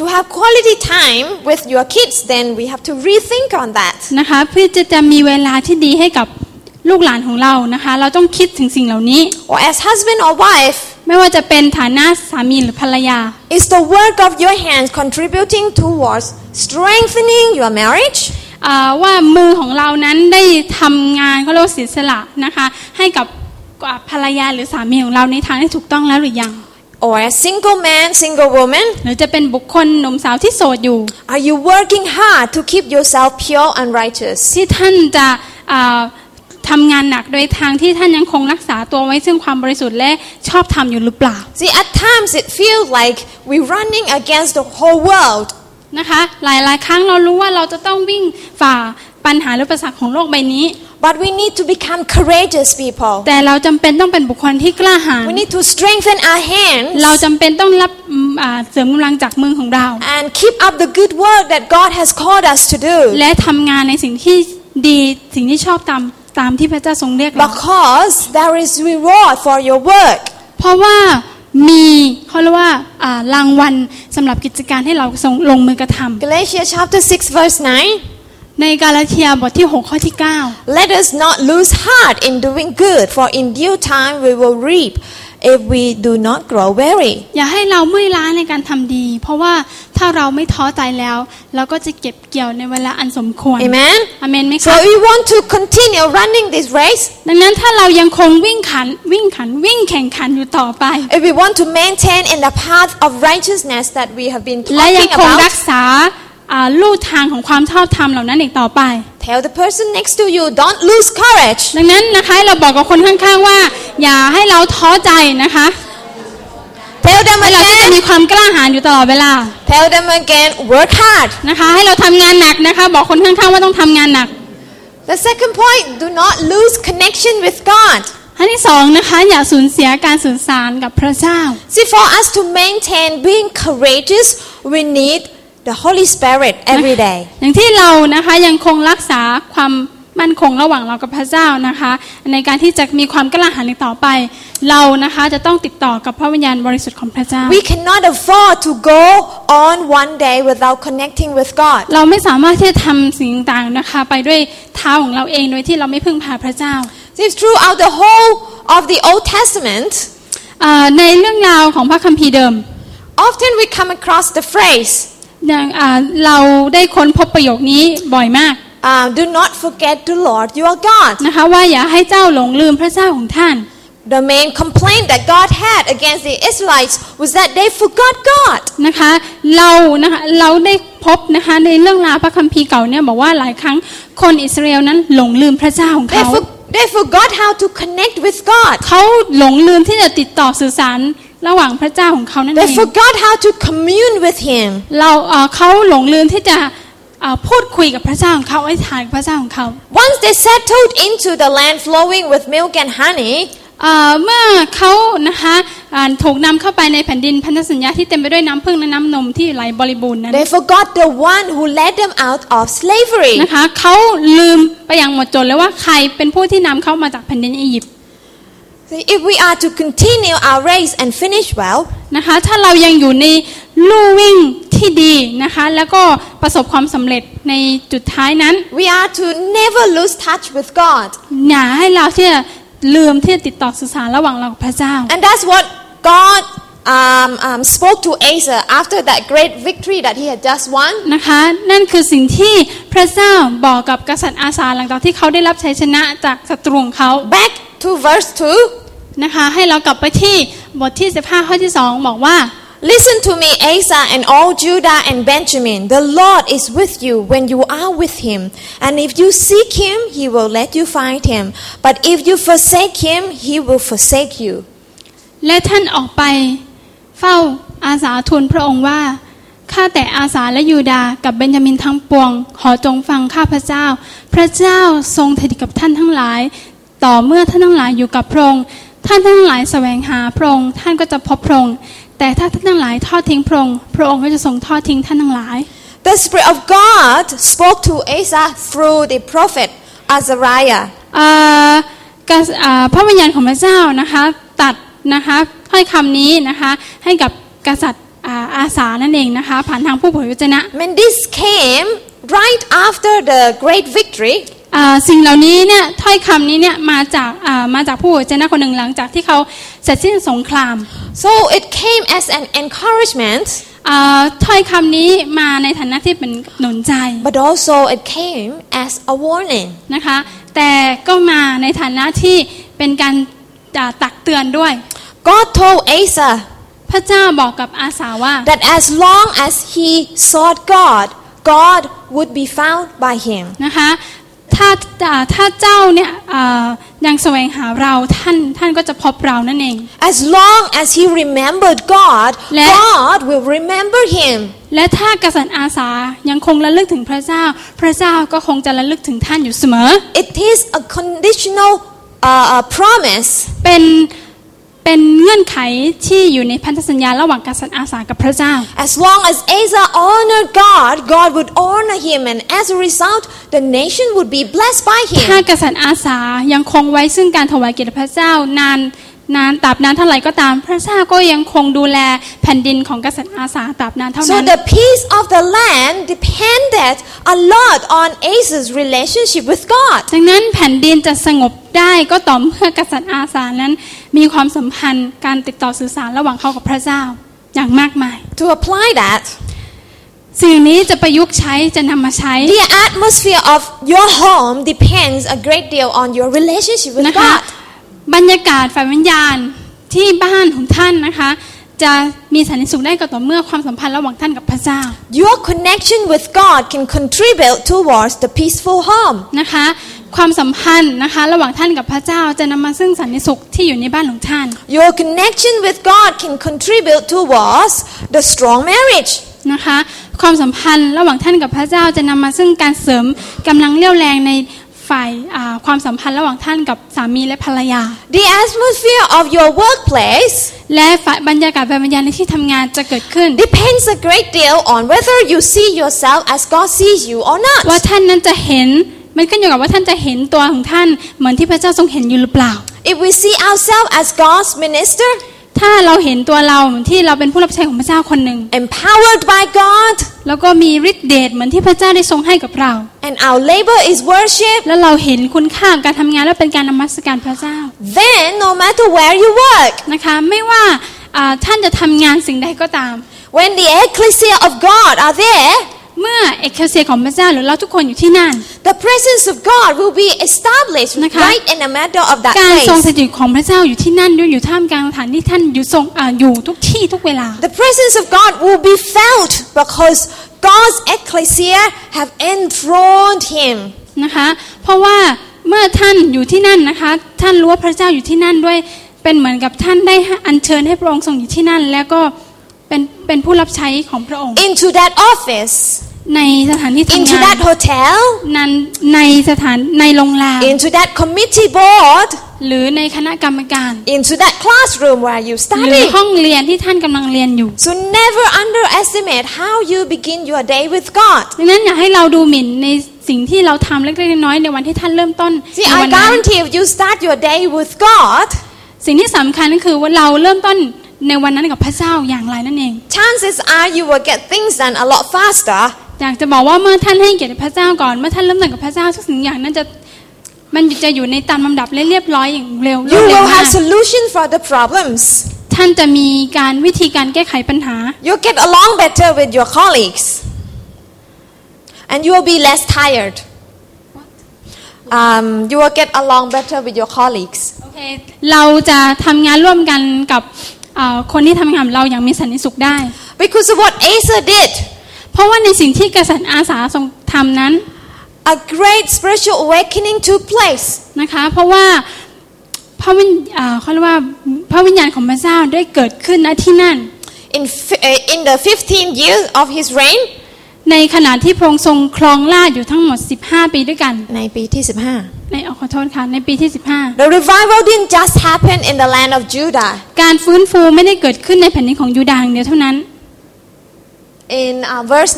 to have quality time with your kids, then we have to rethink on that.
นะคะเพื่อจะจะมีเวลาที่ดีให้กับลูกหลานของเรานะคะ เราต้องคิดถึงสิ่งเหล่านี้
Or as husband or wife,
ไม่ว่าจะเป็นฐานะสามีหรือภรรยา
is the work of your hands contributing towards strengthening your marriage?
อ่าว่ามือของเรานั้นได้ทำงานเขาเรียกว่าเสียสละนะคะ ให้กับอ่าภรรยาหรือสามีของเราในทางที่ถูกต้องแล้วหรือยัง
Or as single man, single woman,
หรือจะเป็นบุคคลหนุ่มสาวที่โสดอยู่
are you working hard to keep yourself pure and righteous?
ที่ท่านจะอ่าทำงานหนักโดยทางที่ท่านยังคงรักษาตัวไว้ซึ่งความบริสุทธิ์และชอบทำอยู่หรือเปล่า
See, at times it feels like we're running against the whole world
นะคะ หลาย ๆ ครั้งเรารู้ว่าเราจะต้องวิ่งฝ่าปัญหาหรืออุปสรรคของโลกใบนี้
But we need to become courageous people.
แต่เราจำเป็นต้องเป็นบุคคลที่กล้าหาญ
We need to strengthen our
เรา
hands
จำเป็นต้องรับอืมอ่าเสริมกำลังจากมือของเรา
and keep up the good work that God has called us to do.
และทำงานในสิ่งที่ดีสิ่งที่ชอบตามตามที่พระเจ้าทรงเรียกเรา
Because there is reward for your work.
เพราะว่ามีเขาเรียกว่าอ่ารางวัลสำหรับกิจการให้เราทรงลงมือกระทำ
Galatians chapter 6 verse 9.
ในกาลาเทียบทที่ 6 ข้อที่
Let us not lose heart in doing good, for in due time we will reap if we do not grow weary.
9 อย่าให้เราเมื่อยล้าในการทำดี เพราะว่าถ้าเราไม่ท้อใจแล้ว เราก็จะเก็บเกี่ยวในเวลาอันสมควร
Amen.
อเมนไหม
So
คะ
we want to continue running this race.
ดังนั้นถ้าเรายังคงวิ่งขันวิ่งขันวิ่งแข่งขันอยู่ต่อไป
If we want to maintain in the path of righteousness that we have been
และยัง
talking
คง
about,
รักษาอ่าลู่ทางของความชอบธรรมเหล่านั้นอีกต่อไป
Tell the person next to you, don't lose courage.
ดังนั้นนะคะให้เราบอกกับคนข้างๆว่า อย่าให้เราท้อใจนะคะ
Tell them
ให้เราที่จะ
again.
มีความกล้าหาญอยู่ตลอดเวลา
Tell them again, work hard.
นะคะ ให้เราทำงานหนักนะคะ บอกคนข้างๆว่าต้องทำงานหนัก
The second point, do not lose connection with God.
อันที่สองนะคะอย่าสูญเสียการสื่อสารกับพระเจ้า
See, for us to maintain being courageous, we need the Holy Spirit every day.
อย่างที่เรานะคะยังคงรักษาความมั่นคงระหว่างเรากับพระเจ้านะคะ ในการที่จะมีความกล้าหาญในต่อไป เรานะคะจะต้องติดต่อกับพระวิญญาณบริสุทธิ์ของพระเจ้า
We cannot afford to go on one day without connecting with God.
เราไม่สามารถที่จะทำสิ่งต่างๆนะคะ ไปด้วยเท้าของเราเองโดยที่เราไม่พึ่งพาพระเจ้า
See, throughout the whole of the Old Testament,
เอ่อในเรื่องราวของพระคัมภีร์เดิม
often we come across the phrase,
อย่างอ่าเราได้ค้นพบประโยคนี้บ่อยมาก
uh, do not forget the Lord your God.
นะคะว่าอย่าให้เจ้าหลงลืมพระเจ้าของท่าน
The main complaint that God had against the Israelites was that they forgot God.
นะคะเรานะคะเราได้พบนะคะในเรื่องราวพระคัมภีร์เก่าเนี่ยบอกว่าหลายครั้งคนอิสราเอลนั้นหลงลืมพระเจ้าของ
They,
เขา
for, they forgot how to connect with God.
เขาหลงลืมที่จะติดต่อสื่อสารระหว่างพระเจ้าของเขานั่นเอ
They
ง
forgot how to commune with Him.
เราเอ่อเขาหลงลืมที่จะเอ่อพูดคุยกับพระเจ้าของเขาไอ้ฐานกับพระเจ้าของเขา
Once they settled into the land flowing with milk and honey,
เอ่อเมื่อเขานะคะอ่าถูกนำเข้าไปในแผ่นดินพันธสัญญาที่เต็มไปด้วยน้ำพึ่งและน้ำนมที่ไหลบริบูรณ์นั้น
they forgot the one who led them out of slavery.
นะคะเขาลืมไปอย่างหมดจดเลยว่าใครเป็นผู้ที่นำเขามาจากแผ่นดินอียิปต์
See, If we are to continue our race and finish well,
นะคะถ้าเรายังอยู่ในลู่วิ่งที่ดีนะคะแล้วก็ประสบความสำเร็จในจุดท้ายนั้น
we are to never lose touch with God.
อย่าให้เราที่จะลืมที่จะติดต่อสื่อสารระหว่างเรากับพระเจ้า
And that's what God um, um, spoke to Asa after that great victory that he had just won.
นะคะนั่นคือสิ่งที่พระเจ้าบอกกับกษัตริย์อาซาหลังจากที่เขาได้รับชัยชนะจากศัตรูของเขา
Back to verse 2.
นะคะให้เรากลับไปที่บทที่ 15 ข้อที่ 2 บอกว่า
Listen to me, Asa, and all Judah and Benjamin. The Lord is with you when you are with him. And if you seek him, he will let you find him. But if you forsake him, he will forsake you.
และท่านออกไปเฝ้าอาสาทูลพระองค์ว่า ข้าแต่อาสาและยูดาห์กับเบนจามินทั้งปวง ขอจงฟังข้าพระเจ้า พระเจ้าทรงถิตกับท่านทั้งหลาย ต่อเมื่อท่านทั้งหลายอยู่กับพระองค์ ท่านทั้งหลายแสวงหาพระองค์ท่านก็จะพบพระองค์แต่ถ้าท่านทั้งหลายทอดทิ้งพระองค์พระองค์ก็จะทรงทอดทิ้งท่านทั้งหลาย
The Spirit of God spoke to Asa through the prophet Azariah.
เอ่อกระเอ่อพระวิญญาณของพระเจ้านะคะตัดนะคะถ้อยคำนี้นะคะให้กับกษัตริย์อ่าอาสานั่นเองนะคะผ่านทางผู้เผยวจนะ
I mean, this came right after the great victory
อ่าสิ่งเหล่านี้เนี่ยถ้อยคำนี้เนี่ยมาจากอ่ามาจากผู้เผยพระวจนะคนหนึ่งหลังจากที่เขาเสร็จสิ้นสงคราม
So it came as an encouragement,
อ่าถ้อยคำนี้มาในฐานะที่เป็นหนุนใจ
but also it came as a warning.
นะคะแต่ก็มาในฐานะที่เป็นการอ่าตักเตือนด้วย
God told Asa
พระเจ้าบอกกับอาสาว่า
that as long as he sought God, God would be found by him.
นะคะถ้าอ่าถ้าเจ้าเนี่ยอ่ายังแสวงหาเราท่านท่านก็จะพบเรานั่นเอง
As long as he remembered God,
และ
God will remember him.
และถ้ากษัตริย์อาสายังคงระลึกถึงพระเจ้า พระเจ้าก็คงจะระลึกถึงท่านอยู่เสมอ
It is a conditional uh, uh, promise.
เป็นเป็นเงื่อนไขที่อยู่ในพันธสัญญาระหว่างกษัตริย์อาสากับพระเจ้า
As long as Asa honored God, God would honor him, and as a result, the nation would be blessed by
ถ้า
him.
กษัตริย์อาสายังคงไว้ซึ่งการถวายเกียรติพระเจ้านานนานตราบนานเท่าไหร่ก็ตาม พระเจ้าก็ยังคงดูแลแผ่นดินของกษัตริย์อาสาตราบนานเท่า
So
นั้น
the peace of the land depended a lot on Asa's relationship with God.
ดังนั้นแผ่นดินจะสงบได้ก็ต่อเมื่อกษัตริย์อาสานั้น มีความสัมพันธ์การติดต่อสื่อสารระหว่างเขากับพระเจ้าอย่างมากมาย
To apply that,
สิ่งนี้จะประยุกต์ใช้จะนำมาใช้
the atmosphere of your home depends a great deal on your relationship with
นะคะ
God.
บรรยากาศฝ่ายวิญญาณที่บ้านของท่านนะคะ จะมีสันติสุขได้ก็ต่อเมื่อความสัมพันธ์ระหว่างท่านกับพระเจ้า
Your connection with God can contribute towards the peaceful home.
นะคะความสัมพันธ์นะคะระหว่างท่านกับพระเจ้าจะนำมาซึ่งสันติสุขที่อยู่ในบ้านของท่าน
Your connection with God can contribute towards the strong marriage.
นะคะความสัมพันธ์ระหว่างท่านกับพระเจ้าจะนำมาซึ่งการเสริมกำลังเรี่ยวแรงในฝ่ายอ่าความสัมพันธ์ระหว่างท่านกับสามีและภรรยา
The atmosphere of your workplace
และฝ่ายบรรยากาศแบบวิญญาณในที่ทำงานจะเกิดขึ้น
depends a great deal on whether you see yourself as God sees you or
ว่า
not.
ท่านนั้นจะเห็นมันขึ้นอยู่กับว่าท่านจะเห็นตัวของท่านเหมือนที่พระเจ้าทรงเห็นอยู่หรือเปล่า
If we see ourselves as God's minister,
ถ้าเราเห็นตัวเราเหมือนที่เราเป็นผู้รับใช้ของพระเจ้าคนหนึ่ง
empowered by God,
แล้วก็มีฤทธิ์เดชเหมือนที่พระเจ้าได้ทรงให้กับเรา
and our labor is worship,
แล้วเราเห็นคุณค่าของการทำงานและเป็นการนมัสการพระเจ้า
then no matter where you work,
นะคะไม่ว่าอ่าท่านจะทำงานสิ่งใดก็ตาม
when the ecclesia of God are there,
เมื่อเอกเซียของพระเจ้าหรือเราทุกคนอยู่ที่นั่น
the presence of God will be established
นะคะ
right in the middle of
การทรง
that
ส
place.
ถิตของพระเจ้าอยู่ที่นั่นด้วยอยู่ท่ามกลางสถานที่ท่านอยู่ทรงอาอยู่ทุกที่ทุกเวลา
The presence of God will be felt because God's ecclesia have enthroned him.
นะคะเพราะว่าเมื่อท่านอยู่ที่นั่นนะคะท่านรู้ว่าพระเจ้าอยู่ที่นั่นด้วยเป็นเหมือนกับท่านได้อัญเชิญให้พระองค์ทรงอยู่ที่นั่น แล้วก็เป็นเป็นผู้รับใช้ของพระองค์
Into that office,
ในสถานที่ทำ
into
งาน
that hotel,
นั้นในสถานในโรงแรม
into that committee board,
หรือในคณะกรรมการ
into that classroom where you
หรือ
study.
ห้องเรียนที่ท่านกำลังเรียนอยู่
So never underestimate how you begin your day with God.
ดังนั้นอยากให้เราดูหมิ่นในสิ่งที่เราทำเล็กๆน้อยๆในวันที่ท่านเริ่มต้น
See,
ในวั
I
นั้น
guarantee if you start your day with God,
สิ่งที่สำคัญก็คือว่าเราเริ่มต้นในวันนั้นกับพระเจ้าอย่างไรนั่นเอง
chances are you will get things done a lot faster
อยากจะบอกว่าเมื่อท่านให้เกียรติพระเจ้าก่อนเมื่อท่านเริ่มต้นกับพระเจ้าทุกสิ่งอย่างนั้นจะมันจะอยู่ในตามลำดับและเรียบร้อยอย่างเร็วร
You
วดเร็ว
will
มาก
have solution for the problems.
ท่านจะมีการวิธีการแก้ไขปัญหา
You'll get along better with your colleagues. And you will be less tired. Um, you will get along better with your colleagues.
โอเคเราจะทำงานร่วมกันกับเอ่อคนที่ทำงานกับเราอย่างมีสันติสุขได้
Because of what Asa did,
เพราะว่าในสิ่งที่กษัตริย์อาสาทรงทำนั้น
a great spiritual awakening took place.
นะคะเพราะว่าพระวิญอ่าเขาเรียกว่าพระวิญญาณของพระเจ้าได้เกิดขึ้นณที่นั่น
In, fi- uh, in the 15th year of his reign,
ในขณะที่พระองค์ทรงครองราชย์อยู่ทั้งหมด 15 ปีด้วยกัน
ในปีที่15
ในออขอโทษค่ะในปีที่
The revival didn't just happen in the land of Judah.
15 การฟื้นฟูไม่ได้เกิดขึ้นในแผ่นดินของยูดาห์อย่างเดียวเท่านั้น
In uh, verse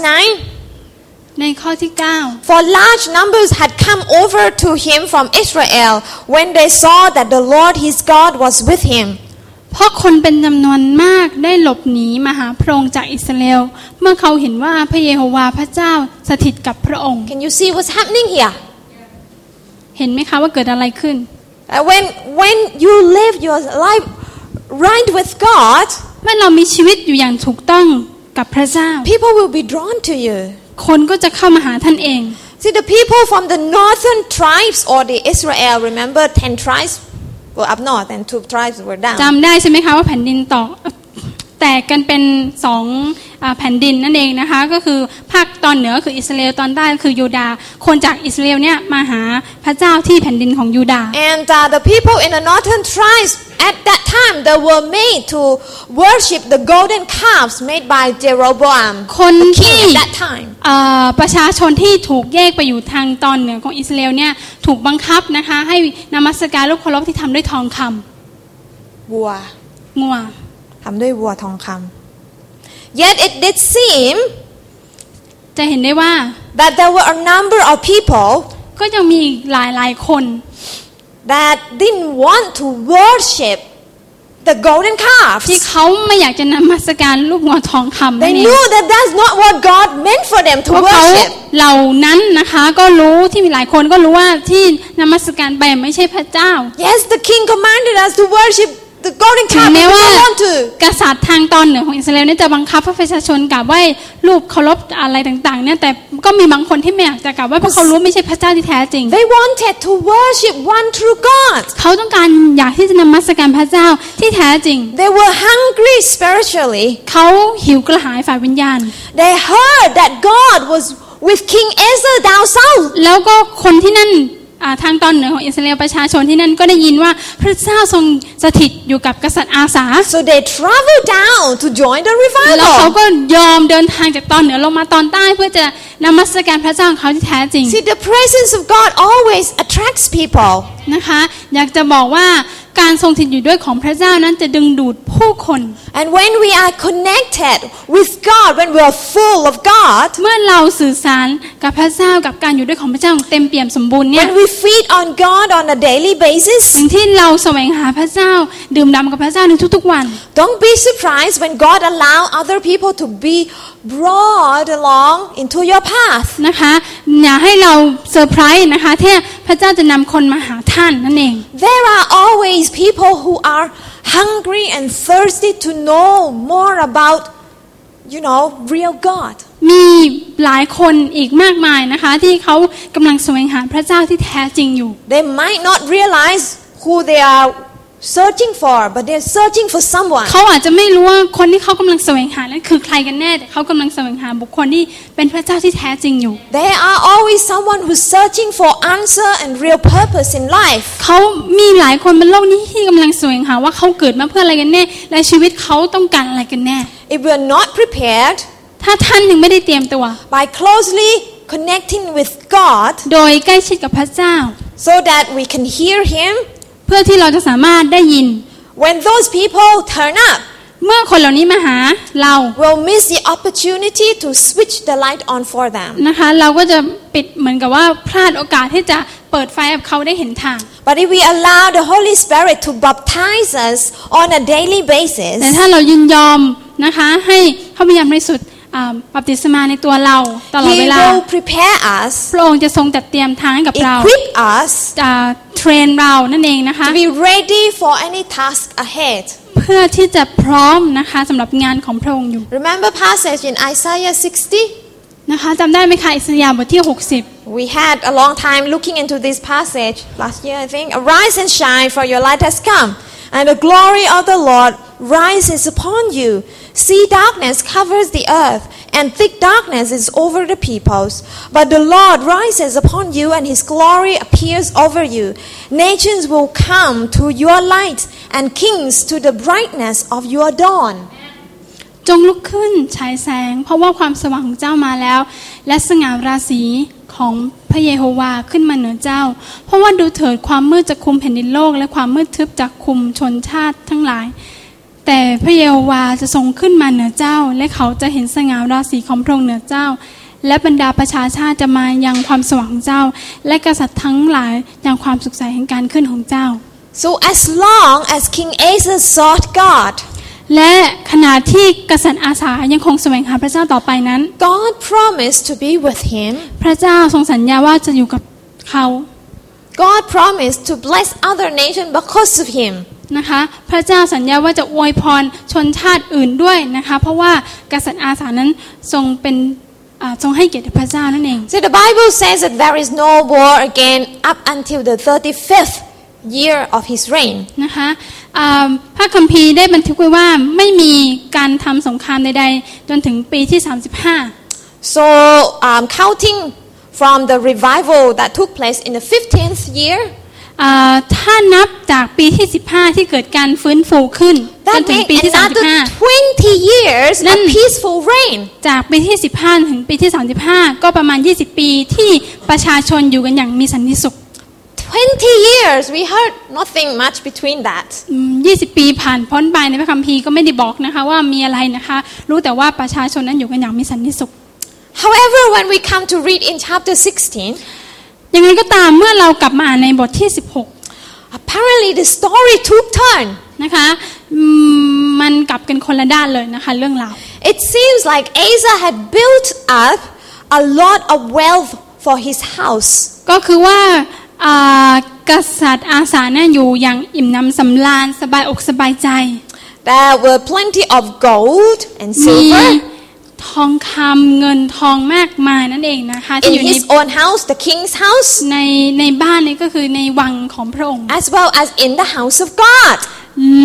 9,
ในข้อที่
for large numbers had come over to him from Israel when they saw that the Lord his God was with him.
9 เพราะคนเป็นจำนวนมากได้หลบหนีมาหาพระองค์จากอิสราเอลเมื่อเขาเห็นว่าพระเยโฮวาห์พระเจ้าสถิตกับพระองค์
Can you see what's happening here?
เห็นไหมคะว่าเกิดอะไรขึ้น
Uh, When, when you live your life right with God,
เมื่อเรามีชีวิตอยู่อย่างถูกต้องกับพระเจ้า
people will be drawn to you.
คนก็จะเข้ามาหาท่านเอง
See, the people from the northern tribes or the Israel, remember 10 tribes were up north and 2 tribes were down.
จำได้ใช่ไหมคะว่าแผ่นดินตอกแตกกันเป็นสองอาแผ่นดินนั่นเองนะคะ ก็คือภาคตอนเหนือคืออิสราเอลตอนใต้คือยูดาห์คนจากอิสราเอลเนี่ยมาหาพระเจ้าที่แผ่นดินของยูดาห์
And uh, the people in the northern tribes at that time they were made to worship the golden calves made by Jeroboam,
คนที่
king at that time.
เอ่อประชาชนที่ถูกแยกไปอยู่ทางตอนเหนือของอิสราเอลเนี่ยถูกบังคับนะคะ ให้นมัสการรูปเคารพที่ทำด้วยทองคำ
วัว
งัว
ทำด้วยวัวทองคำ Yet it did seem
จะเห็นได้ว่า
that there were a number of people
ก็ยังมีอีกหลายหลายๆคน
that didn't want to worship the golden
ที่
calves.
เขาไม่อยากจะนมัสการลูกงัวทองคำ
They
นั่นเอง
knew that that's not what God meant for them to
พวกเขา
worship.
เหล่านั้นนะคะก็รู้ที่มีหลายคนก็รู้ว่าที่นมัสการไปไม่ใช่พระเจ้า
Yes, the king commanded us to worship the golden
ถึง
calf. but
แม้
We
ว่า
don't want to.
กษัตริย์ทางตอนเหนือของอิสราเอลเนี่ยจะบังคับให้ประชาชนกราบไหว้รูปเคารพอะไรต่างๆเนี่ยแต่ก็มีบางคนที่ไม่อยากจะกราบไหว้เพราะเขารู้ไม่ใช่พระเจ้าที่แท้จริง
They wanted to worship one true God.
เขาต้องการอยากที่จะนมัสการพระเจ้าที่แท้จริง
They were hungry spiritually.
เขาหิวกระหายฝ่ายวิญญาณ
They heard that God was with King Ezra down south.
แล้วก็คนที่นั่นอ่าทางตอนเหนือของอิสราเอลประชาชนที่นั่นก็ได้ยินว่าพระเจ้าทรงสถิตอยู่กับกษัตริย์อาสา
So they traveled down to join the
แล้วเขา
revival.
ก็ยอมเดินทางจากตอนเหนือลงมาตอนใต้เพื่อจะนมัสการพระเจ้าของเขาที่แท้จริง
See, the presence of God always attracts people.
นะคะ อยากจะบอกว่าการทรงสถิตอยู่ด้วยของพระเจ้านั้นจะดึงดูดผู้คน
And when we are connected with God, when we are full of God,
เมื่อเราสื่อสารกับพระเจ้ากับการอยู่ด้วยของพระเจ้าอย่างเต็มเปี่ยมสมบูรณ์เนี่ย
when we feed on God on a daily
อ
basis,
ย่างที่เราแสวงหาพระเจ้า ดื่มด่ำกับพระเจ้าในทุกๆวัน
don't be surprised when God allow other people to be brought along into your path.
นะคะอย่าให้เราเซอร์ไพรส์นะคะที่พระเจ้าจะนำคนมาหาท่านนั่นเอง
There are always people who are hungry and thirsty to know more about, you know, real God.
มีหลายคนอีกมากมายนะคะ ที่เขากำลังแสวงหาพระเจ้าที่แท้จริงอยู่
They might not realize who they are searching for, but they're searching for someone.
เขาอาจจะไม่รู้ว่าคนที่เขากำลังแสวงหานั้นคือใครกันแน่แต่เขากำลังแสวงหาบุคคลที่เป็นพระเจ้าที่แท้จริงอยู่
There are always someone who's searching for answer and real purpose in life.
เขามีหลายคนบนโลกนี้ที่กำลังแสวงหาว่าเขาเกิดมาเพื่ออะไรกันแน่ และชีวิตเขาต้องการอะไรกันแน่
If we're not prepared
ถ้าท่านยังไม่ได้เตรียมตัว
by closely connecting with God
โดยใกล้ชิดกับพระเจ้า
so that we can hear Him
เพื่อที่เราจะสามารถได้ยิน
when those people turn up,
เมื่อคนเหล่านี้มาหาเรา
we'll miss the opportunity to switch the light on for them.
นะคะ เราก็จะปิดเหมือนกับว่าพลาดโอกาสที่จะเปิดไฟให้กับเขาได้เห็นทาง
But if we allow the Holy Spirit to baptize us on a daily
แต่
basis,
ถ้าเรายินยอมนะคะให้พระวิญญาณบริสุทธิ์อ่าบัพติศมาในตัวเราตลอดเว
He
ลา
will prepare us,
พระองค์จะทรงจัดเตรียมทางให้กับเรา
equip us
จะเทรนเรานั่นเองนะคะ
to be ready for any task ahead.
เพื่อที่จะพร้อมนะคะสำหรับงานของพระองค์อยู่
Remember passage in Isaiah 60?
นะคะจำได้ไหมคะอิสยาห์บทที่ 60
We had a long time looking into this passage last year, I think. Arise and shine, for your light has come, and the glory of the Lord rises upon you. See, darkness covers the earth, and thick darkness is over the peoples. But the Lord rises upon you, and his glory appears over you. Nations will come to your light, and kings to the brightness of your dawn.
จงลุกขึ้นฉายแสง เพราะว่าความสว่างของเจ้ามาแล้ว และสง่าราศีของพระเยโฮวาขึ้นมาเหนือเจ้า เพราะว่าดูเถิดความมืดจะคุมแผ่นดินโลก และความมืดทึบจะคุมชนชาติทั้งหลาย แต่พระเยโฮวาจะทรงขึ้นมาเหนือเจ้า และเขาจะเห็นสง่าราศีของพระองค์เหนือเจ้า และบรรดาประชาชาติจะมายังความสว่างของเจ้า และกษัตริย์ทั้งหลายยังความสุขใสแห่งการขึ้นของเจ้า
So as long as King Asa sought God,
และขณะที่กษัตริย์อาสายังคงแสวงหาพระเจ้าต่อไปนั้น
God promised to be with him.
พระเจ้าทรงสัญญาว่าจะอยู่กับเขา
God promised to bless other nations because of him.
นะคะพระเจ้าสัญญาว่าจะอวยพรชนชาติอื่นด้วยนะคะเพราะว่ากษัตริย์อาสานั้นทรงเป็นอ่าทรงให้เกียรติพระเจ้านั่นเอง
See, the Bible says that there is no war again up until the 35th year of his reign.
นะคะอ่าพระคัมภีร์ได้บันทึกไว้ว่าไม่มีการทำสงครามใดๆ จนถึงปีที่ 35
So, um, counting from the revival that took place in the 15th year,
อ่าถ้านับจากปีที่ 15 ที่เกิดการฟื้นฟูขึ้นจ
that
นถึง
means
ปีที่
another 20 years
Nên-
of peaceful reign.
35 จากปีที่ 15 ถึงปีที่ 35 ก็ประมาณ 20 ปีที่ประชาชนอยู่กันอย่างมีสันติสุข
20 years, we heard nothing much between that.
อืม20 ปีผ่านพ้นไปในพระคัมภีร์ก็ไม่ได้บอกนะคะว่ามีอะไรนะคะ รู้แต่ว่าประชาชนนั้นอยู่กันอย่างมีสันติสุข
However, when we come to read in chapter 16,
ยังไงก็ตามเมื่อเรากลับมาอ่านในบทที่
apparently the story took turn.
16 นะคะอืมมันกลับกันคนละด้านเลยนะคะ เรื่องราว
It seems like Asa had built up a lot of wealth for his house.
ก็คือว่าอ่ากษัตริย์อาสาเนี่ยอยู่อย่างอิ่มหนำสำราญสบายอกสบายใจ
There were plenty of gold and
มี
silver.
ทองคำเงินทองมากมายนั่นเองนะคะที่อ
In
ยู่ใน
his own house, the king's house,
ในในบ้านนี่ก็คือในวังของพระองค์
as well as in the house of God.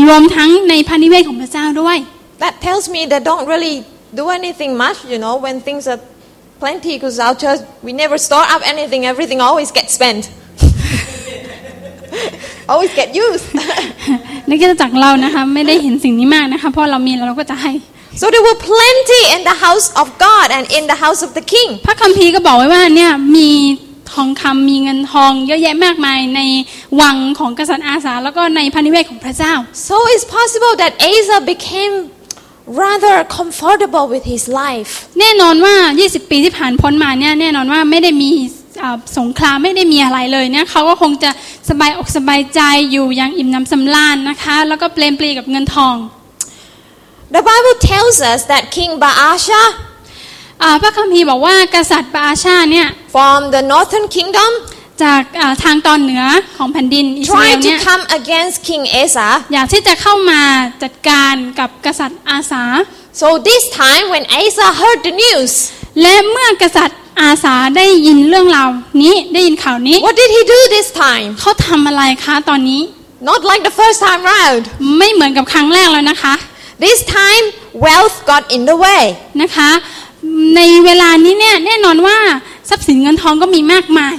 รวมทั้งในพระนิเวศของพระเจ้าด้วย
That tells me they don't really do anything much, you know, when things are plenty, because our church, we never store up anything, everything always gets spent. *laughs* always get used. *laughs*
ในกิจจักรเรานะคะไม่ได้เห็นสิ่งนี้มากนะคะเพราะเรามีแล้วเราก็จะให้
so there were plenty in the house of God and in the house of the king.
พระคัมภีร์ก็บอกไว้ว่าเนี่ยมีทองคำมีเงินทองเยอะแยะมากมายในวังของกษัตริย์อาสาแล้วก็ในพระนิเวศของพระเจ้า
So it's possible that Asa became rather comfortable with his life.
แน่นอนว่า 20 ปีที่ผ่านพ้นมาเนี่ยแน่นอนว่าไม่ได้มีอ่าสงครามไม่ได้มีอะไรเลยเนี่ยเขาก็คงจะสบายอกสบายใจอยู่อย่างอิ่มหนำสำราญนะคะ แล้วก็เปลมปรีกับเงินทอง
The Bible tells us that King Baasha
อาพระคัมภีร์บอกว่ากษัตริย์บาอาชาเนี่ย
from the northern kingdom
จากอ่าทางตอนเหนือของแผ่นดินอิสราเอ
tried
ล
to
เนี่ย
come against King Asa
อยากที่จะเข้ามาจัดการกับกษัตริย์อาสา
So this time, when Asa heard the news,
และเมื่อกษัตริย์อาสาได้ยินเรื่องราวนี้ได้ยินข่าวนี้
what did he do this time?
เขาทำอะไรคะตอนนี้
Not like the first time round.
ไม่เหมือนกับครั้งแรกแล้วนะคะ
This time, wealth got in the way.
นะคะ ในเวลานี้เนี่ยแน่นอนว่าทรัพย์สินเงินทองก็มีมากมาย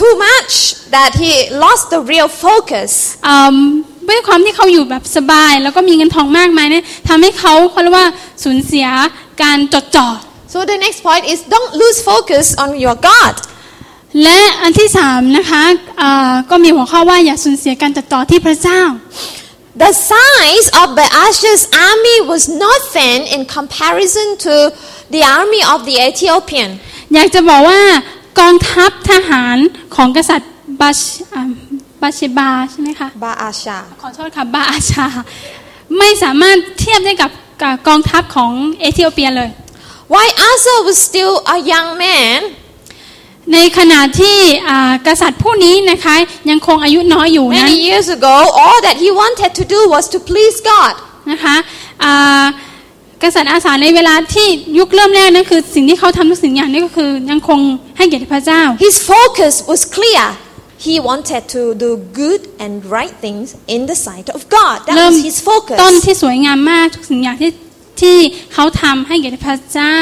Too much that he lost the real focus.
เอิ่มด้วยความที่เขาอยู่แบบสบาย แล้วก็มีเงินทองมากมายเนี่ยทำให้เขาเขาเรียกว่าสูญเสียการจดจ่อ
So the next point is don't lose focus on your God.
และอันที่สามนะคะอ่าก็มีหัวข้อว่าอย่าสูญเสียการจดจ่อที่พระเจ้า
The size of Baasha's army was nothing in comparison to the army of the Ethiopian.
อยากจะบอกว่ากองทัพทหารของกษัตริย์บาชอ่าบาเชบาใช่ไหมคะ
Baasha.
ขอโทษค่ะบาอาชา ไม่สามารถเทียบได้กับกับกองทัพของเอธิโอเปียเลย
While Asa was still a young man,
ในขณะที่อ่ากษัตริย์ผู้นี้นะคะยังคงอายุน้อยอยู่นั้น
Many years ago, all that he wanted to do was to please God.
นะคะอ่ากษัตริย์อาสาในเวลาที่ยุคเริ่มแรกนั่นคือสิ่งที่เขาทำทุกสิ่งอย่างนี่ก็คือยังคงให้เกียรติพระเจ้า
His focus was clear. He wanted to do good and right things in the sight of God. That
เริ่ม
was his
ต้น
focus.
ที่สวยงามมากทุกสิ่งอย่างที่ที่เขาทำให้เกียรติพระเจ้า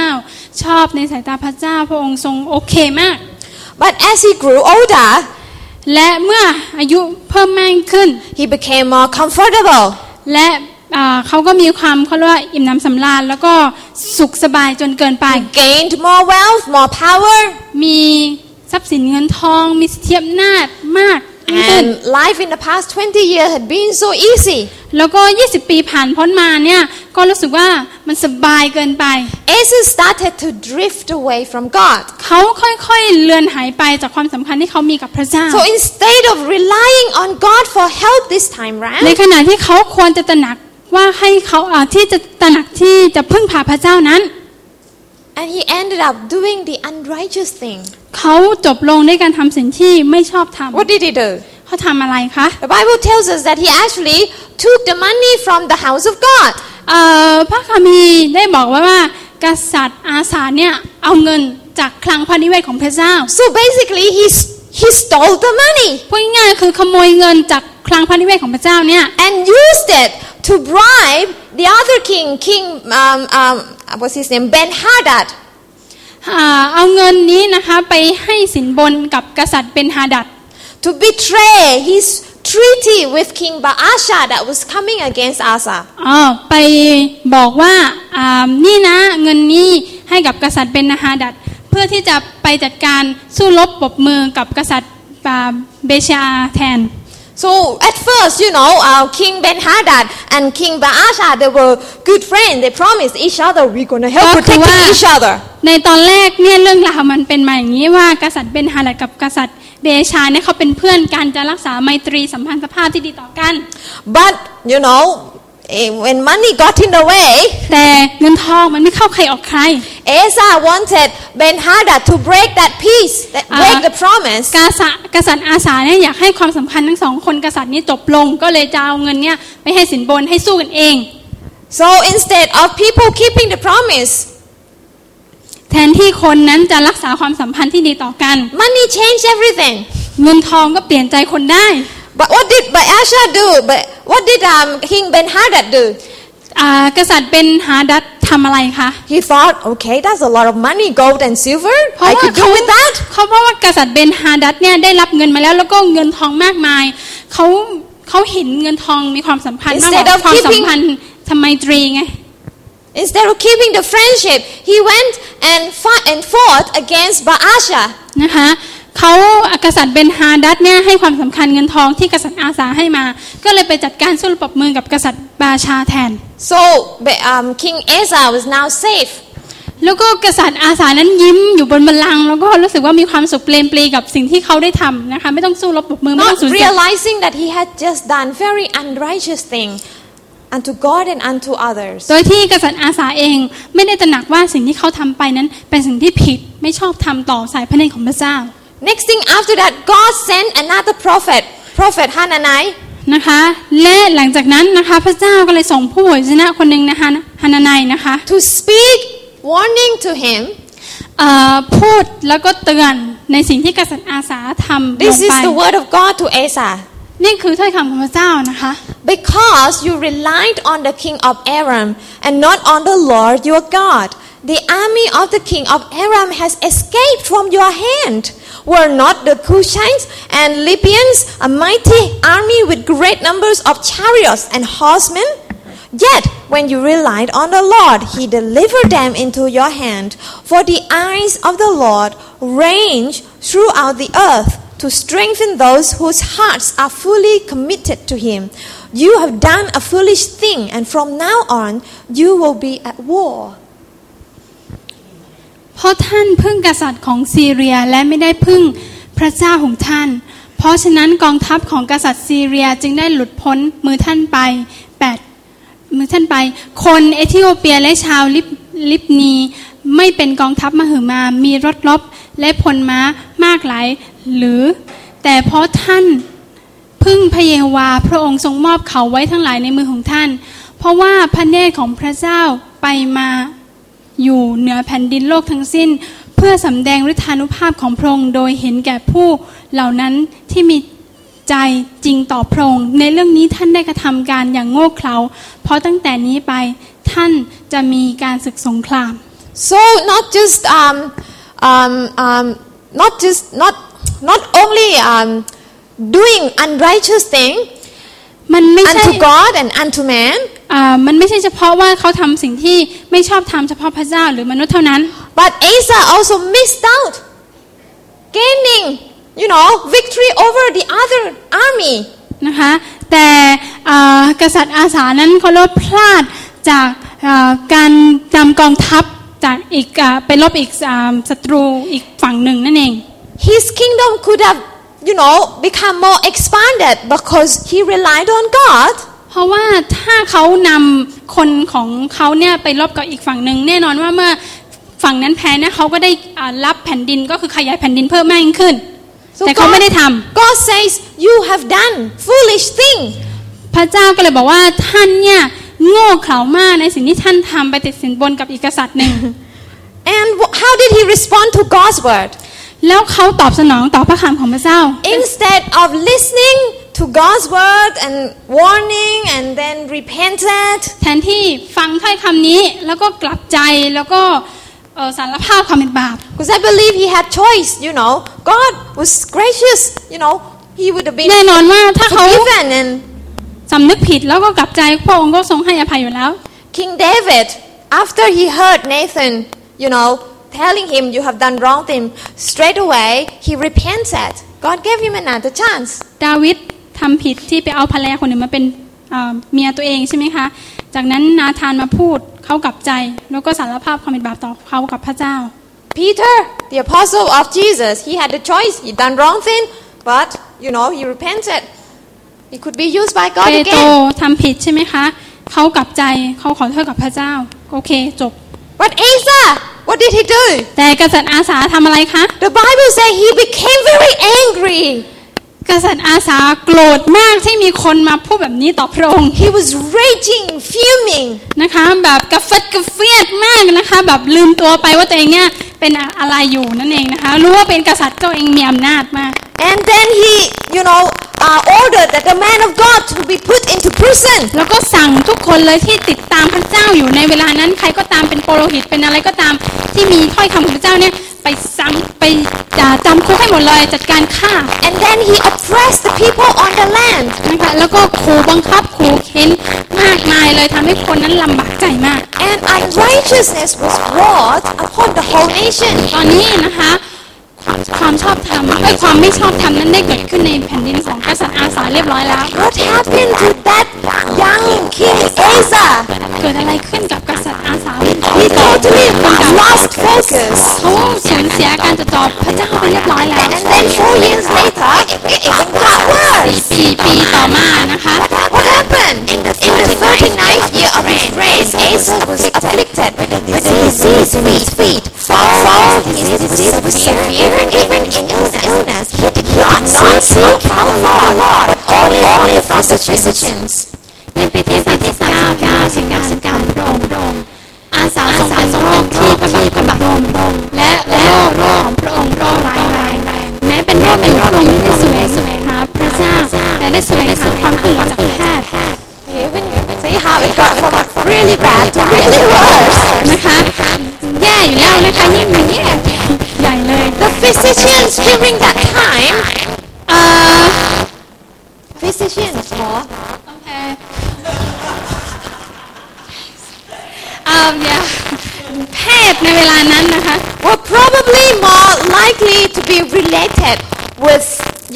ชอบในสายตาพระเจ้า พระองค์ทรงโอเคมาก
But as he grew older,
และเมื่ออายุเพิ่มมากขึ้น
he became more comfortable.
และ อ่าเขาก็มีความเขาเรียกว่าอิ่มหน้ำสำราญแล้วก็สุขสบายจนเกินไป
gained more wealth, more power,
มีทรัพย์สินเงินทองมีสิทธิอำนาจมากยิ่งขึ้น
and life in the past 20 years had been so easy.
แล้วก็ 20 ปีผ่านพ้นมาเนี่ยก็รู้สึกว่ามันสบายเกินไป
Asa started to drift away from God.
เขาค่อยๆเลือนหายไปจากความสำคัญที่เขามีกับพระเจ้า
So instead of relying on God for help this time
ใน
round,
ขณะที่เขาควรจะตระหนักว่าให้เขาอ่าที่จะตระหนักที่จะพึ่งพาพระเจ้านั้น
and he ended up doing the unrighteous thing.
เขาจบลงด้วยการทำสิ่งที่ไม่ชอบท
What did he do?
ำเขาทำอะไรคะ
The Bible tells us that he actually took the money from the house of God.
เอ่อพระคามีร์ได้บอกไว้ว่า กษัตริย์อาสาเนี่ยเอาเงินจากคลังพระนิเวศของพระเจ้า
So basically, he, s- he stole the money
พูดง่ายๆคือขโมยเงินจากคลังพระนิเวศของพระเจ้าเนี่ย
and used it to bribe the other king, King, um, um, what's his name, Ben Hadad.
อ่าเอาเงินนี้นะคะไปให้สินบนกับกษัตริย์เบนฮาดัด
to betray his treaty with King Baasha that was coming against Asa.
อ๋อไปบอกว่าอ่านี่นะเงินนี้ให้กับกษัตริย์เบนฮาดัด เพื่อที่จะไปจัดการสู้รบปรบมือกับกษัตริย์อ่าเบชาแทน
So at first, you know, uh, King Ben Hadad and King Baasha, they were good friends. They promised each other, we're going to help
Dr.
protecting
Wa-
each other.
ในตอนแรกเนี่ยเรื่องราวมันเป็นมาอย่างนี้ว่ากษัตริย์เบนฮาดัดกับกษัตริย์เบชาเนี่ยเขาเป็นเพื่อนกันจะรักษาไมตรีสัมพันธภาพที่ดีต่อกัน
But, you know, eh, when money got in the way,
แต่เงินทองมันไม่เข้าใครออกใคร
Asa wanted Ben Hadad to break that peace, that
Ah.
break the promise.
กษัตริย์กษัตริย์อาสาเนี่ยอยากให้ความสำคัญทั้งสองคนกษัตริย์นี้จบลงก็เลยจะเอาเงินเนี่ยไปให้สินบนให้สู้กันเอง
So instead of people keeping the promise,
แทนที่คนนั้นจะรักษาความสัมพันธ์ที่ดีต่อกัน
money changed everything.
เงินทองก็เปลี่ยนใจคนได้
But what did Baasha do? But what did um, King Ben Hadad do?
อ่ากษัตริย์เป็นฮาดัดทำอะไรคะ
He thought, okay, that's a lot of money, gold and silver.
เพราะ
I
ว่า
could do
เขา
with that.
เขาเพราะว่ากษัตริย์เบนฮาดัดเนี่ยได้รับเงินมาแล้วแล้วก็เงินทองมากมายเขาเขาเห็นเงินทองมีความสำคัญมาก
Instead
ก
of
ว่าความ
keeping-
สัมพันธ์ทำไมตรีไง
Instead of keeping the friendship, he went and fought and fought against Baasha.
นะคะเขากษัตริย์เบนฮาดัดเนี่ยให้ความสำคัญเงินทองที่กษัตริย์อาสาให้มา ก็เลยไปจัดการสู้รบปรบมือกับกษัตริย์บาชาแทน
So Ba- um, King Asa was now safe.
แล้วก็กษัตริย์อาสานั้นยิ้มอยู่บนบัลลังก์แล้วก็รู้สึกว่ามีความสุขเปลมปรีกับสิ่งที่เขาได้ทำนะคะไม่ต้องสู้รบปรบมือไม่ต้อง
Not
สูญเสีย
realizing that he had just done very unrighteous thing unto God and unto others.
โดยที่กษัตริย์อาสาเองไม่ได้ตระหนักว่าสิ่งที่เขาทำไปนั้นเป็นสิ่งที่ผิดไม่ชอบทำต่อสายพระเนตรของพระเจ้า
Next thing after that, God sent another prophet, prophet Hanani.
นะคะ และหลังจากนั้นนะคะพระเจ้าก็เลยส่งผู้เผยชนะคนหนึ่งนะคะฮานาไนนะคะ
to speak warning to him
เอ่อพูดแล้วก็เตือนในสิ่งที่กษัตริย์อาสาทำลง
this
ไป
is the word of god to asa
นี่คือถ้อยคำของพระเจ้านะคะ
because you relied on the king of aram and not on the lord your god the army of the king of aram has escaped from your hand were not the cushites and libyans a mighty army with great numbers of chariots and horsemen Yet, when you relied on the Lord, He delivered them into your hand. For the eyes of the Lord range throughout the earth to strengthen those whose hearts are fully committed to Him. You have done a foolish thing, and from now on, you will be at war.
เพราะท่านพึ่งกษัตริย์ของซีเรียและไม่ได้พึ่งพระเจ้าของท่าน เพราะฉะนั้นกองทัพของกษัตริย์ซีเรียจึงได้หลุดพ้นมือท่านไปแปดมือท่านไป คนเอธิโอเปียและชาวลิบลิบนี ไม่เป็นกองทัพมหึมามีรถรบและพลม้ามากหลายหรือ แต่เพราะท่าน พึ่งพระเยโฮวาพระองค์ทรงมอบเขาไว้ทั้งหลายในมือของท่าน เพราะว่าพระเนตรของพระเจ้าไปมาอยู่เหนือแผ่นดินโลกทั้งสิ้น เพื่อสำแดงฤทธานุภาพของพระองค์โดยเห็นแก่ผู้เหล่านั้นที่มีใจจริงต่อพระองค์ในเรื่องนี้ท่านได้กระทำการอย่างโง่เขลาเพราะตั้งแต่นี้ไปท่านจะมีการศึกสงคราม
So not just um, um, um, not just not not only um, doing unrighteous thing
มันไม่ใช่
unto God and unto man,
อ่ามันไม่ใช่เฉพาะว่าเขาทำสิ่งที่ไม่ชอบทำเฉพาะพระเจ้าหรือมนุษย์เท่านั้น
But Asa also missed out gaining, you know, victory over the other army.
นะคะแต่อ่ากษัตริย์อาสานั้นเขาลบพลาดจากอ่าการนำกองทัพจากอีกอาไปลบอีกอ่าศัตรูอีกฝั่งหนึ่งนั่นเอง
His kingdom could have, you know, become more expanded because he relied on God.
เพราะว่าถ้าเขานำคนของเขาเนี่ยไปลบกับอีกฝั่งหนึ่งแน่นอนว่าเมื่อฝั่งนั้นแพ้เนี่ยเขาก็ได้อ่ารับแผ่นดินก็คือขยายแผ่นดินเพิ่มมากยิ่งขึ้น แต่เขาไม่ได้ทำ
God, God says, You have done foolish thing.
พระเจ้าก็เลยบอกว่าท่านเนี่ยโง่เขลามากในสิ่งที่ท่านทำไปติดสินบนกับอีกกษัตริย์หนึ่ง
And wh- how did he respond to God's word?
แล้วเขาตอบสนองต่อพระคำของพระเจ้า
Instead of listening to God's word and warning and then repented,
แทนที่ฟังถ้อยคำนี้แล้วก็กลับใจแล้วก็เอ่อสารภาพความเป็นบาป
Because I believe he had choice, you know. God was gracious, you know. He would have been
แน่นอนว่าถ้าเขา
forgiven. And
สำนึกผิดแล้วก็กลับใจพระองค์ก็ทรงให้อภัยอยู่แล้ว
King David, after he heard Nathan, you know, telling him you have done wrong thing, straight away he repented. God gave him another chance.
ดาวิดทำผิดที่ไปเอาภรรยาคนอื่นมาเป็นเอ่อเมียตัวเองใช่ไหมคะ จากนั้นนาธานมาพูดเขากลับใจแล้วก็สารภาพความเป็นบาปต่อเขากับพระเจ้า
Peter, the apostle of Jesus, he had a choice. He done wrong thing, but you know, he repented. He could be used by
เป
God
โตร
again.
ทำผิดใช่ไหมคะเขากลับใจเขาขอโทษกับพระเจ้า โอเคจบ
But Asa, what did he do?
แต่กษัตริย์อาสาทำอะไรคะ
The Bible says he became very angry.
กษัตริย์อาสาโกรธมากที่มีคนมาพูดแบบนี้ต่อพระองค์
He was raging, fuming.
นะคะแบบกระเฟัดกระเฟียดมากนะคะแบบลืมตัวไปว่าตัวเองเนี่ยเป็นอะไรอยู่นั่นเองนะคะรู้ว่าเป็นกษัตริย์ตัวเองมีอำนาจมาก
And then he, you know, uh, ordered that the man of God to be put into prison.
แล้วก็สั่งทุกคนเลยที่ติดตามพระเจ้าอยู่ในเวลานั้นใครก็ตามเป็นโปโรหิตเป็นอะไรก็ตามที่มีถ้อยคำของพระเจ้าเนี่ยไปสั่งไปด่าจำคุกให้หมดเลยจัดการฆ่า
And then he oppressed the people on the land.
นะคะแล้วก็ขู่บังคับขู่เค้นมากมายเลยทำให้คนนั้นลำบากใจมาก
And unrighteousness was brought upon the whole nation.
ตอนนี้นะคะความความชอบธรรมไอ้ยความไม่ชอบธรรมนั้นได้เกิดขึ้นในแผ่นดินของกษัตริย์อาสาเรียบร้อยแล้ว
What happened to that young king Asa?
เกิดอะไรขึ้นกับกษัตริย์อาสาที่
He
ต่อ
totally lost focus.
เขาสูญเสียการจดจ่อพระเจ้าไปเรียบร้อยแล้ว
And then four years later, it, it even got worse.
สี่ปีต่อมานะคะ
What happened? In the 39th year of his reign, Asa was afflicted with a disease in his feet. Following his disease was severe and even in his illness. He did not seek from the Lord, but only, only from the physicians.
ในปีที่39พระราชินการกำรงรงอาสาสารโรคที่กำลังกำลังรงรงและและโรคของพระองค์โรคร้ายแรงแรงแม้เป็นโรคเป็นโรคลงที่สวยสวยหาพระเจ้าและได้สวยหาความตื่นจากแพทย์
See how it got from really bad to really worse.
นะคะแย่อยู่แล้วนะคะยิ่งมันแย่ใหญ่เลย
The physicians during that time,
เอ่อ
physicians, Lord,
โอเคเอ่อเดี๋ยวแพทย์ในเวลานั้นนะคะ
were probably more likely to be related with,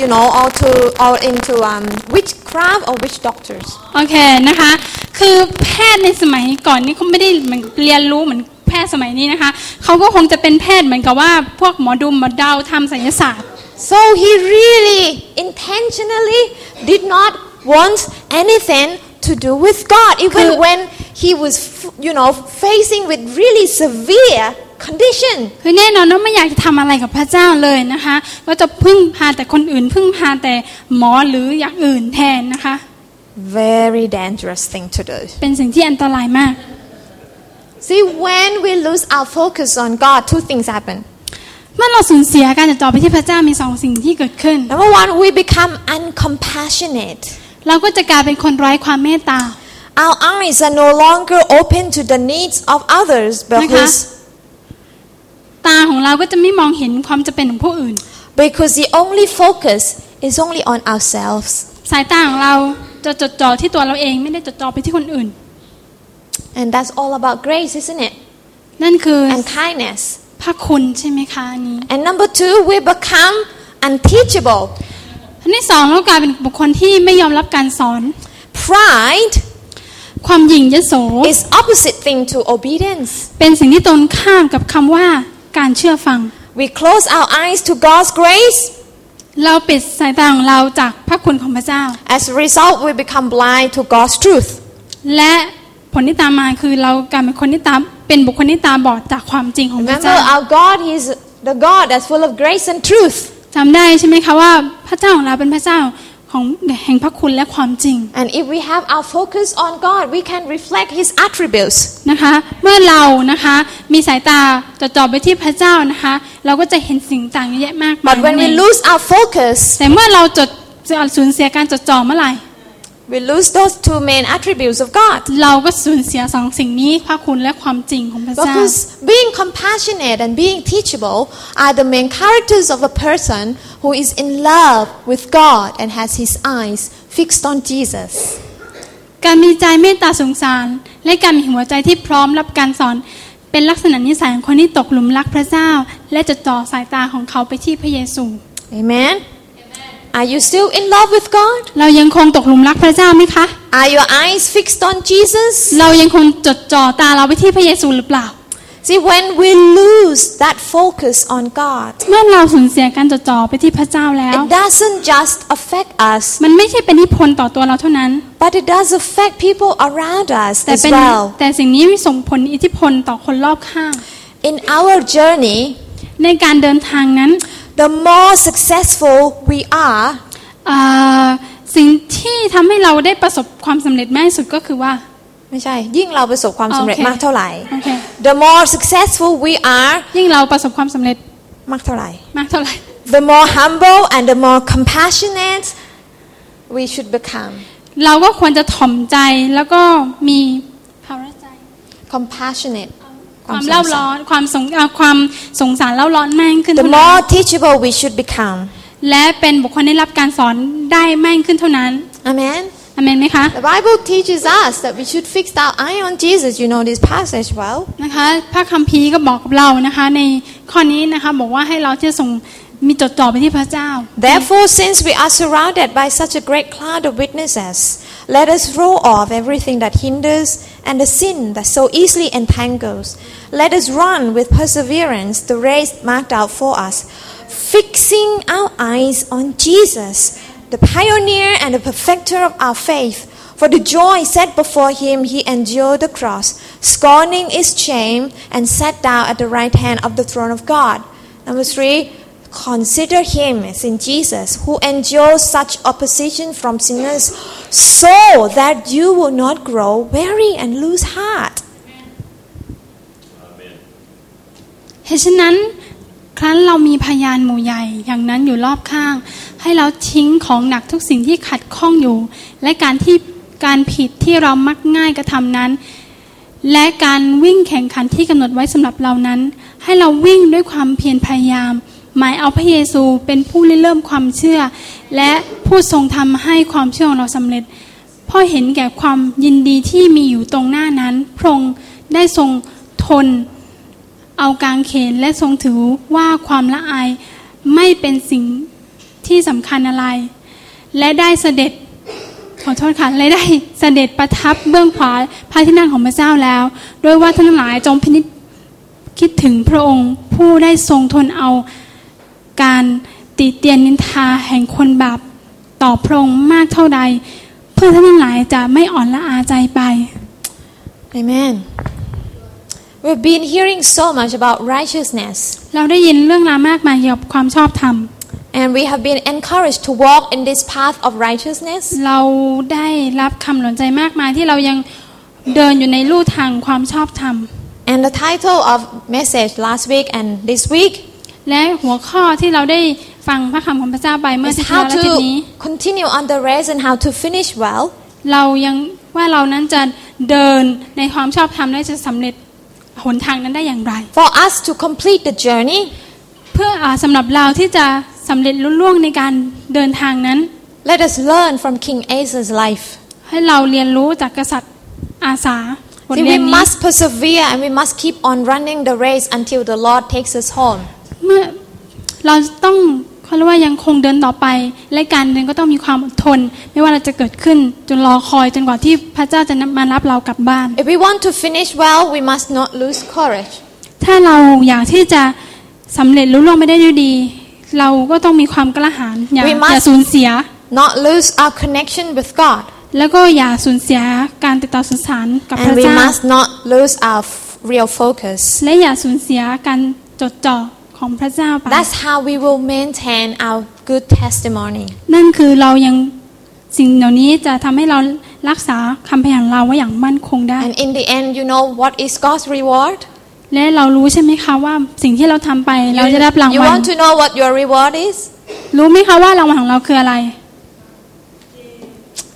you know, or to or into um, witchcraft or witch doctors.
โอเคนะคะ คือแพทย์ในสมัยก่อนนี่เขาไม่ได้เหมือนเรียนรู้เหมือนแพทย์สมัยนี้นะคะ เขาก็คงจะเป็นแพทย์เหมือนกับว่าพวกหมอดูหมอเดาทำไสยศาสตร์
So he really intentionally did not want anything to do with God, even
Could-
when he was, f- you know, facing with really severe condition.
คือแน่นอนว่าไม่อยากจะทำอะไรกับพระเจ้าเลยนะคะก็จะพึ่งพาแต่คนอื่น พึ่งพาแต่หมอหรืออย่างอื่นแทนนะคะ
Very dangerous thing to do.
เป็นสิ่งที่อันตรายมาก
See, when we lose our focus on God, two things happen.
เมื่อเราสูญเสียการจดจ่อไปที่พระเจ้ามีสองสิ่งที่เกิดขึ้น
Number one, we become uncompassionate.
เราก็จะกลายเป็นคนไร้ความเมตตา
Our eyes are no longer open to the needs of others because,
ตาของเราก็จะไม่มองเห็นความจะเป็นของผู้อื่น
because the only focus is only on ourselves.
สายตาของเราจะจดจ่อที่ตัวเราเองไม่ได้จดจ่อไปที่คนอื่น
And that's all about grace, isn't it?
นั่นคือ
And kindness.
พระคุณใช่ไหมคะอันนี้
And number two, we become unteachable.
อันที่สองเรากลายเป็นบุคคลที่ไม่ยอมรับการสอน
Pride
ความหยิ่งยโส
is opposite thing to obedience.
เป็นสิ่งที่ตรงข้ามกับคำว่าการเชื่อฟัง
We close our eyes to God's grace.
เราปิดสายตาของเราจากพระคุณของพระเจ้า
As a result, we become blind to God's truth.
และผลที่ตามมาคือเรากลายเป็นคนที่ตามเป็นบุคคลที่ตาบอดจากความจริงของพระ
Remember,
เจ้า
our God He is the God that's full of grace and truth.
จำได้ใช่ไหมคะว่าพระเจ้าของเราเป็นพระเจ้าของแห่งพระคุณและความจริง
And if we have our focus on God, we can reflect His attributes.
นะคะ เมื่อเรานะคะมีสายตาจดจ่อไปที่พระเจ้านะคะ เราก็จะเห็นสิ่งต่างเยอะแยะมากมาย
But when we
นั่นเอง
lose our focus,
แต่เมื่อเราจดสูญเสียการจดจ่อเมื่อไหร่
we lose those two main attributes of God.
เราก็สูญเสียสองสิ่งนี้พระคุณและความจริงของพระเจ้า
Because being compassionate and being teachable are the main characters of a person who is in love with God and has his eyes fixed on Jesus.
การมีใจเมตตาสงสาร และการมีหัวใจที่พร้อมรับการสอน เป็นลักษณะนิสัยของคนที่ตกหลุมรักพระเจ้า และจดจ่อสายตาของเขาไปที่พระเยซู
Amen. Are you still in love with God?
เรายังคงตกหลุมรักพระเจ้าไหมคะ
Are your eyes fixed on Jesus?
เรายังคงจดจ่อตาเราไปที่พระเยซูหรือเปล่า
See, when we lose that focus on God,
เมื่อเราสูญเสียการจดจ่อไปที่พระเจ้าแล้ว
it doesn't just affect us,
มันไม่ใช่เป็นนิพนธ์ต่อตัวเราเท่านั้น
but it does affect people around us
แต่
as
เป็น
well.
แต่สิ่งนี้ส่งผลอิทธิพลต่อคนรอบข้าง
In our journey,
ในการเดินทางนั้น
the more successful we are,
เอ่อสิ่งที่ทำให้เราได้ประสบความสำเร็จมากที่สุดก็คือว่า
ไม่ใช่ ยิ่งเราประสบความสำเร็จ
โอเค
มากเท่าไหร่
โอเค
The more successful we are
ยิ่งเราประสบความสำเร็จ
มากเท่าไหร่
มากเท่าไหร่
The more humble and the more compassionate we should become
เราก็ควรจะถ่อมใจแล้วก็มีภาระใจ
compassionate
ความเล่าร้อนความสงเอ่อความสงสารเล่าร้อนมากขึ้น
The
เท่านั้
more
น
teachable we should become
และเป็นบุคคลได้รับการสอนได้มากขึ้นเท่านั้น
Amen
อเมนไหมคะ
The Bible teaches us that we should fix our eye on Jesus you know this passage well
นะคะพระคัมภีร์ก็บอกกับเรานะคะ ในข้อนี้นะคะบอกว่าให้เราจะส่งมีจดจ่อไปที่พระเจ้า
Therefore since we are surrounded by such a great cloud of witnesses let us throw off everything that hinders and the sin that so easily entangles let us run with perseverance the race marked out for us fixing our eyes on Jesus the pioneer and the perfecter of our faith for the joy set before him he endured the cross scorning its shame and sat down at the right hand of the throne of God number 3 Consider him as in Jesus, who endures such opposition from sinners, so that you will not grow weary and lose heart.
เหตุฉะนั้น ครั้นเรามีพยานหมู่ใหญ่อย่างนั้นอยู่รอบข้าง ให้เราทิ้งของหนักทุกสิ่งที่ขัดข้องอยู่ และการที่การผิดที่เรามักง่ายกระทำนั้น และการวิ่งแข่งขันที่กำหนดไว้สำหรับเรานั้น ให้เราวิ่งด้วยความเพียรพยายาม หมายเอาพระเยซูเป็นผู้ริเริ่มความเชื่อ และผู้ทรงทำให้ความเชื่อของเราสำเร็จเพ่อเห็นแก่ความยินดีที่มีอยู่ตรงหน้านั้นพระองค์ได้ทรงทน เอากางเขนและทรงถือว่าความละอายไม่เป็นสิ่งที่สำคัญอะไร และได้เสด็จขอโทษค่ะและได้เสด็จประทับเบื้องขวาพระที่นั่งของพระเจ้าแล้วโด้วยว่าท่านทั้งหลายจงพินิจคิดถึงพระองค์ ผู้ได้ทรงทนเอาการติเตียนนินทาแห่งคนบาปต่อพระองค์มากเท่าใด เพื่อท่านทั้งหลายจะไม่อ่อนละอาใจไป
Amen. We've been hearing so much about righteousness,
เราได้ยินเรื่องราวมากมายเกี่ยวกับความชอบธรรม
and we have been encouraged to walk in this path of righteousness.
เราได้รับคำหนุนใจมากมายที่เรายังเดินอยู่ในลู่ทางความชอบธรรม
And the title of message last week and this week
และหัวข้อที่เราได้ฟังพระคำของพระเจ้าไปเมื่อ
is
สัปดา
how
ห์ที่แล้วและอาทิตย์นี้
to continue on the race and how to finish well.
เรายังว่าเรานั้นจะเดินในความชอบธรรมและจะสำเร็จหนทางนั้นได้อย่างไร
For us to complete the journey,
เพื่ออาสำหรับเราที่จะสำเร็จลุล่วงในการเดินทางนั้น
let us learn from King Asa's life.
ให้เราเรียนรู้จากกษัตริย์อาสา บท
See,
เรี
we
ยนนี้
must persevere and we must keep on running the race until the Lord takes us home.
เมื่อเราต้องเขาเรียกว่ายังคงเดินต่อไป และการเดินก็ต้องมีความอดทน ไม่ว่าเราจะเกิดขึ้นจนรอคอยจนกว่าที่พระเจ้าจะมารับเรากลับบ้าน
If we want to finish well, we must not lose courage.
ถ้าเราอยากที่จะสำเร็จลุล่วงไปได้ด้วยดี เราก็ต้องมีความกล้าหาญอย่า
We must-
อย่าสูญเสีย
Not lose our connection with God.
แล้วก็อย่าสูญเสียการติดต่อสื่อสารกับพ
And
ระ
we
เจ้า
must not lose our f- real focus.
และอย่าสูญเสียการจดจ่อของพระเจ้าไป
That's how we will maintain our good testimony.
นั่นคือเรายังสิ่งเหล่านี้จะทำให้เรารักษาคำพยานเราไว้อย่างมั่นคงได้
And in the end, you know what is God's reward?
และเรารู้ใช่ไหมคะว่าสิ่งที่เราทำไป เราจะได้รับราง
You
วัล
want to know what your reward is?
รู้ไหมคะว่ารางวัลของเราคืออะไร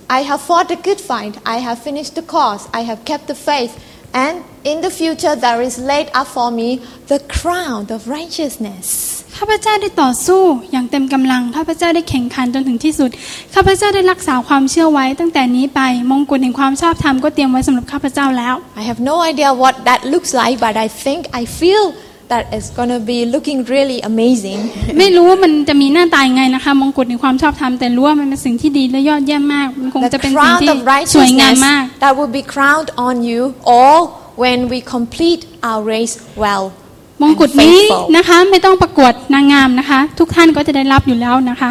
I have fought the good fight. I have finished the course. I have kept the faith. And in the future, there is laid up for me the crown of righteousness.
ข้าพเจ้าได้ต่อสู้อย่างเต็มกำลัง ข้าพเจ้าได้แข่งขันจนถึงที่สุด ข้าพเจ้าได้รักษาความเชื่อไว้ ตั้งแต่นี้ไปมงกุฎแห่งความชอบธรรมก็เตรียมไว้สำหรับข้าพเจ้าแล้ว
I have no idea what that looks like, but I think I feel that it's going to be looking really amazing.
*laughs* ไม่รู้ว่ามันจะมีหน้าตายังไงนะคะ มงกุฎในความชอบธรรมแต่รู้ว่ามันเป็นสิ่งที่ดีและยอดเยี่ยมมาก มันคงจะ
The
เป็นสิ่ง
crown
ที่
of
สวยงาม
righteousness
มาก
that will be crowned on you all when we complete our race well.
มง
and
กุฎนี้
faithful.
นะคะไม่ต้องประกวดนางงามนะคะ ทุกท่านก็จะได้รับอยู่แล้วนะคะ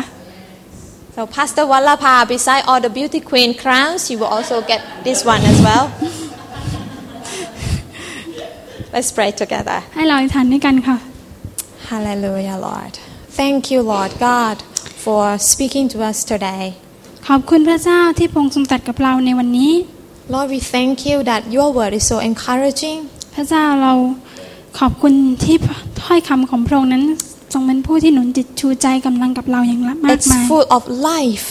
So Pastor Wallapa, beside all the beauty queen crowns, you will also get this one as well. *laughs* Let's pray together.
ให้เราอธิษฐานด้วยกันค่ะ
Hallelujah, Lord. Thank you, Lord God, for speaking to us today.
ขอบคุณพระเจ้าที่พระองค์ทรงตรัดกับเราในวันนี้
Lord, we thank you that your word is so encouraging.
พระเจ้าเราขอบคุณที่ถ้อยคำของพระองค์นั้นทรงเป็นผู้ที่หนุนจิตชูใจกำลังกับเราอย่างมาก
It's
มาย
full of life.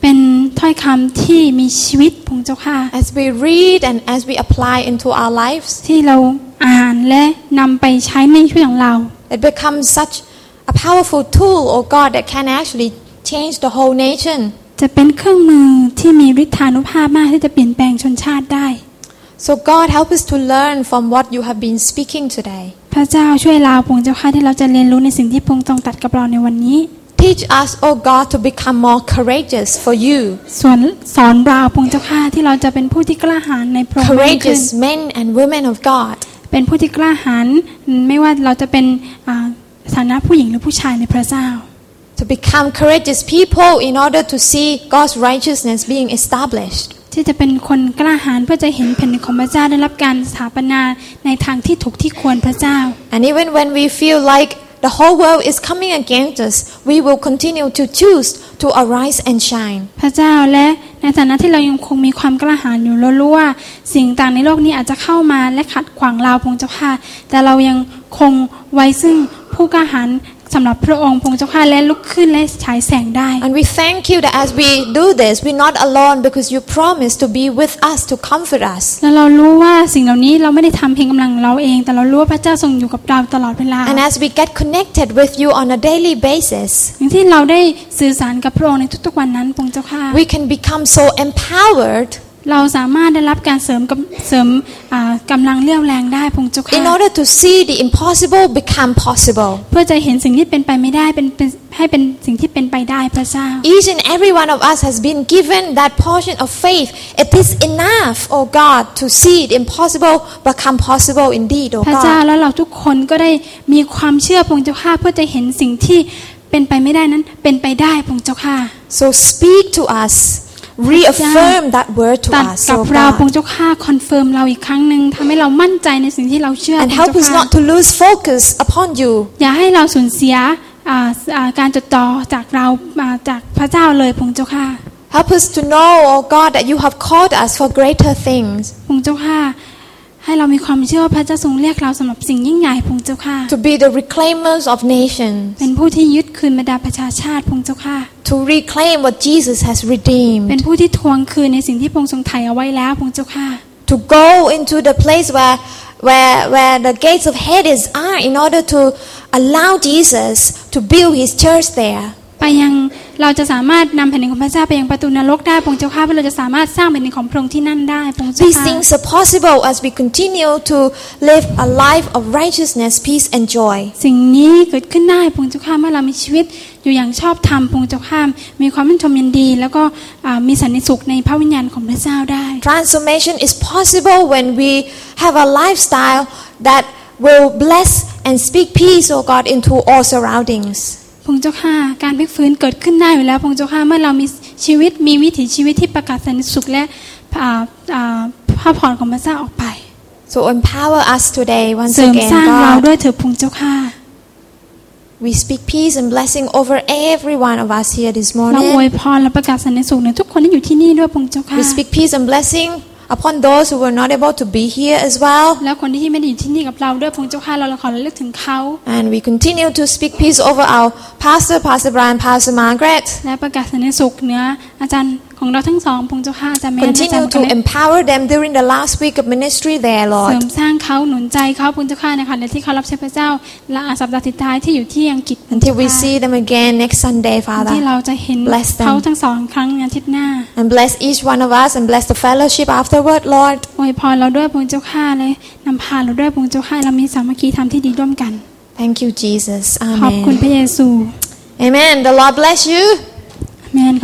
เป็นถ้อยคำที่มีชีวิตพระองค์เจ้าค่ะ
As we read and as we apply into our lives,
ที่เราอ่านและนำไปใช้ในชีวิตของเรา
it becomes such a powerful tool, oh God, that can actually change the whole nation.
จะเป็นเครื่องมือที่มีฤทธานุภาพมากที่จะเปลี่ยนแปลงชนชาติได้
So, God, help us to learn from what you have been speaking today.
พระเจ้าช่วยเราพระองค์เจ้าค่ะที่เราจะเรียนรู้ในสิ่งที่พระองค์ทรงตรัดกับเราในวันนี้
Teach us, oh God, to become more courageous for you,
ส่วนสอนเราพระองค์เจ้าค่ะที่เราจะเป็นผู้ที่กล้าหาญในพระองค์มากขึ้น
courageous men and women of God.
เป็นผู้ที่กล้าหาญไม่ว่าเราจะเป็นอ่าฐานะผู้หญิงหรือผู้ชายในพระเจ้า
To become courageous people in order to see God's righteousness being established.
ที่จะเป็นคนกล้าหาญเพื่อจะเห็นแผ่นดินของพระเจ้าได้รับการสถาปนาในทางที่ถูกที่ควรพระเจ้า
And even when we feel like the whole world is coming against us, we will continue to choose to arise and shine.
พระเจ้าและในฐานะที่เรายังคงมีความกล้าหาญอยู่เรารู้ว่าสิ่งต่างในโลกนี้อาจจะเข้ามาและขัดขวางเราพระองค์เจ้าค่ะแต่เรายังคงไว้ซึ่งผู้กล้าหาญสำหรับพระองค์พระองค์เจ้าค่ะและลุกขึ้นและฉายแสงได้
And we thank you that as we do this, we're not alone because you promise to be with us to comfort us.
แล้วเรารู้ว่าสิ่งเหล่านี้เราไม่ได้ทำเพียงกำลังเราเอง แต่เรารู้ว่าพระเจ้าทรงอยู่กับเราตลอดเวลา
And as we get connected with you on a daily basis,
อย่างที่เราได้สื่อสารกับพระองค์ในทุกๆวันนั้นพระองค์เจ้าค่ะ
we can become so empowered
เราสามารถได้รับการเสริมกำเสริมอ่ากำลังเรี่ยวแรงได้พระองค์เจ้าค่ะ
in order to see the impossible become possible.
เพื่อจะเห็นสิ่งที่เป็นไปไม่ได้เป็นเป็นให้เป็นสิ่งที่เป็นไปได้พระเจ้า
Each and every one of us has been given that portion of faith. It is enough, O God, to see the impossible become possible indeed, O
พระเจ้า
God.
แล้วเราทุกคนก็ได้มีความเชื่อพระองค์เจ้าค่ะเพื่อจะเห็นสิ่งที่เป็นไปไม่ได้นั้นเป็นไปได้พระองค์เจ้าค่ะ
So speak to us. Reaffirm that word to
ตัด
us,
กับ
O
เราพระอง
God.
ค์เจ้าค่ะคอนเฟิร์มเราอีกครั้งหนึ่งทำให้เรามั่นใจในสิ่งที่เราเชื่อพระ
And
องค์
help us
เจ้าค่ะ
not to lose focus upon you.
อย่าให้เราสูญเสียอ่าอ่าการจดจ่อจากเราอ่าจากพระเจ้าเลยพระองค์เจ้าค่ะ
Help us to know, O God, that you have called us for greater things.
พระองค์เจ้าค่ะ ให้เรามีความเชื่อว่าพระเจ้าทรงเรียกเราสำหรับสิ่งยิ่งใหญ่พระองค์เจ้าค่ะ
to be the reclaimers of nations,
เป็นผู้ที่ยึดคืนบรรดาประชาชาติพระองค์เจ้าค่ะ
to reclaim what Jesus has
เป็น
redeemed,
ผู้ที่ทวงคืนในสิ่งที่พระองค์ทรงไถ่เอาไว้แล้วพระองค์เจ้าค่ะ
to go into the place where, where, where the gates of Hades are in order to allow Jesus to build his church there.
ไปยัง เราจะสามารถนำแผ่นดินของพระเจ้าไปยังประตูนรกได้พระองค์เจ้าข้าเพราะเราจะสามารถสร้างแผ่นดินของพระองค์ที่นั่นได้พระองค์เจ้า
These
ข้า
things are possible as we continue to live a life of righteousness, peace, and joy.
สิ่งนี้เกิดขึ้นได้พระองค์เจ้าข้าเมื่อเรามีชีวิตอยู่อย่างชอบธรรมพระองค์เจ้าข้ามีความมั่นคงยินดี แล้วก็อ่ามีสันติสุขในพระวิญญาณของพระเจ้าได้
Transformation is possible when we have a lifestyle that will bless and speak peace, O God, into all surroundings.
พระองค์เจ้าข้าการพลิกฟื้นเกิดขึ้นได้อยู่แล้วพระองค์เจ้าข้าเมื่อเรามีชีวิตมีวิถีชีวิตที่ประกาศสันติสุขและอ่าอ่าพระพรของพระเจ้าออกไป
So empower us today
เส
once
ริม
again,
สร้างเรา
God.
ด้วยเถิดพระองค์เจ้าข้า
We speak peace and blessing over every one of us here this
เราอวย
morning.
พรและประกาศสันติสุขในทุกคนที่อยู่ที่นี่ด้วยพระองค์เจ้าข้า
We speak peace and blessing upon those who were not able to be here as well.
แล้วคนที่ไม่ได้อยู่ที่นี่กับเราด้วยพระองค์เจ้าข้าเราขอระลึกถึงเขา
And we continue to speak peace over our pastor, Pastor Brian, Pastor Margaret.
และประกาศสันติสุขเหนืออาจารย์ของเราทั้งสองพระองค์เจ้าข้าอาจารย์แม่อาจารย์
Continue
ค
to
ณะ
empower them during the last week of ministry there,
เสริม
Lord.
สร้างเขาหนุนใจเขาพระองค์เจ้าข้านะคะและที่เขารับใช้พระเจ้าและอาสัปดาห์สุดท้ายที่อยู่ที่อังกฤษพระองค์เจ้า
Until we
ข้า
see them again next Sunday,
ที่
Father.
เราจะเห็น
Bless them.
เขาทั้งสองครั้งในอาทิตย์หน้า
And bless each one of us and bless the fellowship afterward, Lord.
อวยพรเราด้วยพระองค์เจ้าข้าเลยนำพาเราด้วยพระองค์เจ้าข้าเรามีสามัคคีธรรมที่ดีร่วมกัน
Thank you, Jesus.
ขอบคุณ
Amen.
พระเยซู
Amen. The Lord bless you.
อาเมน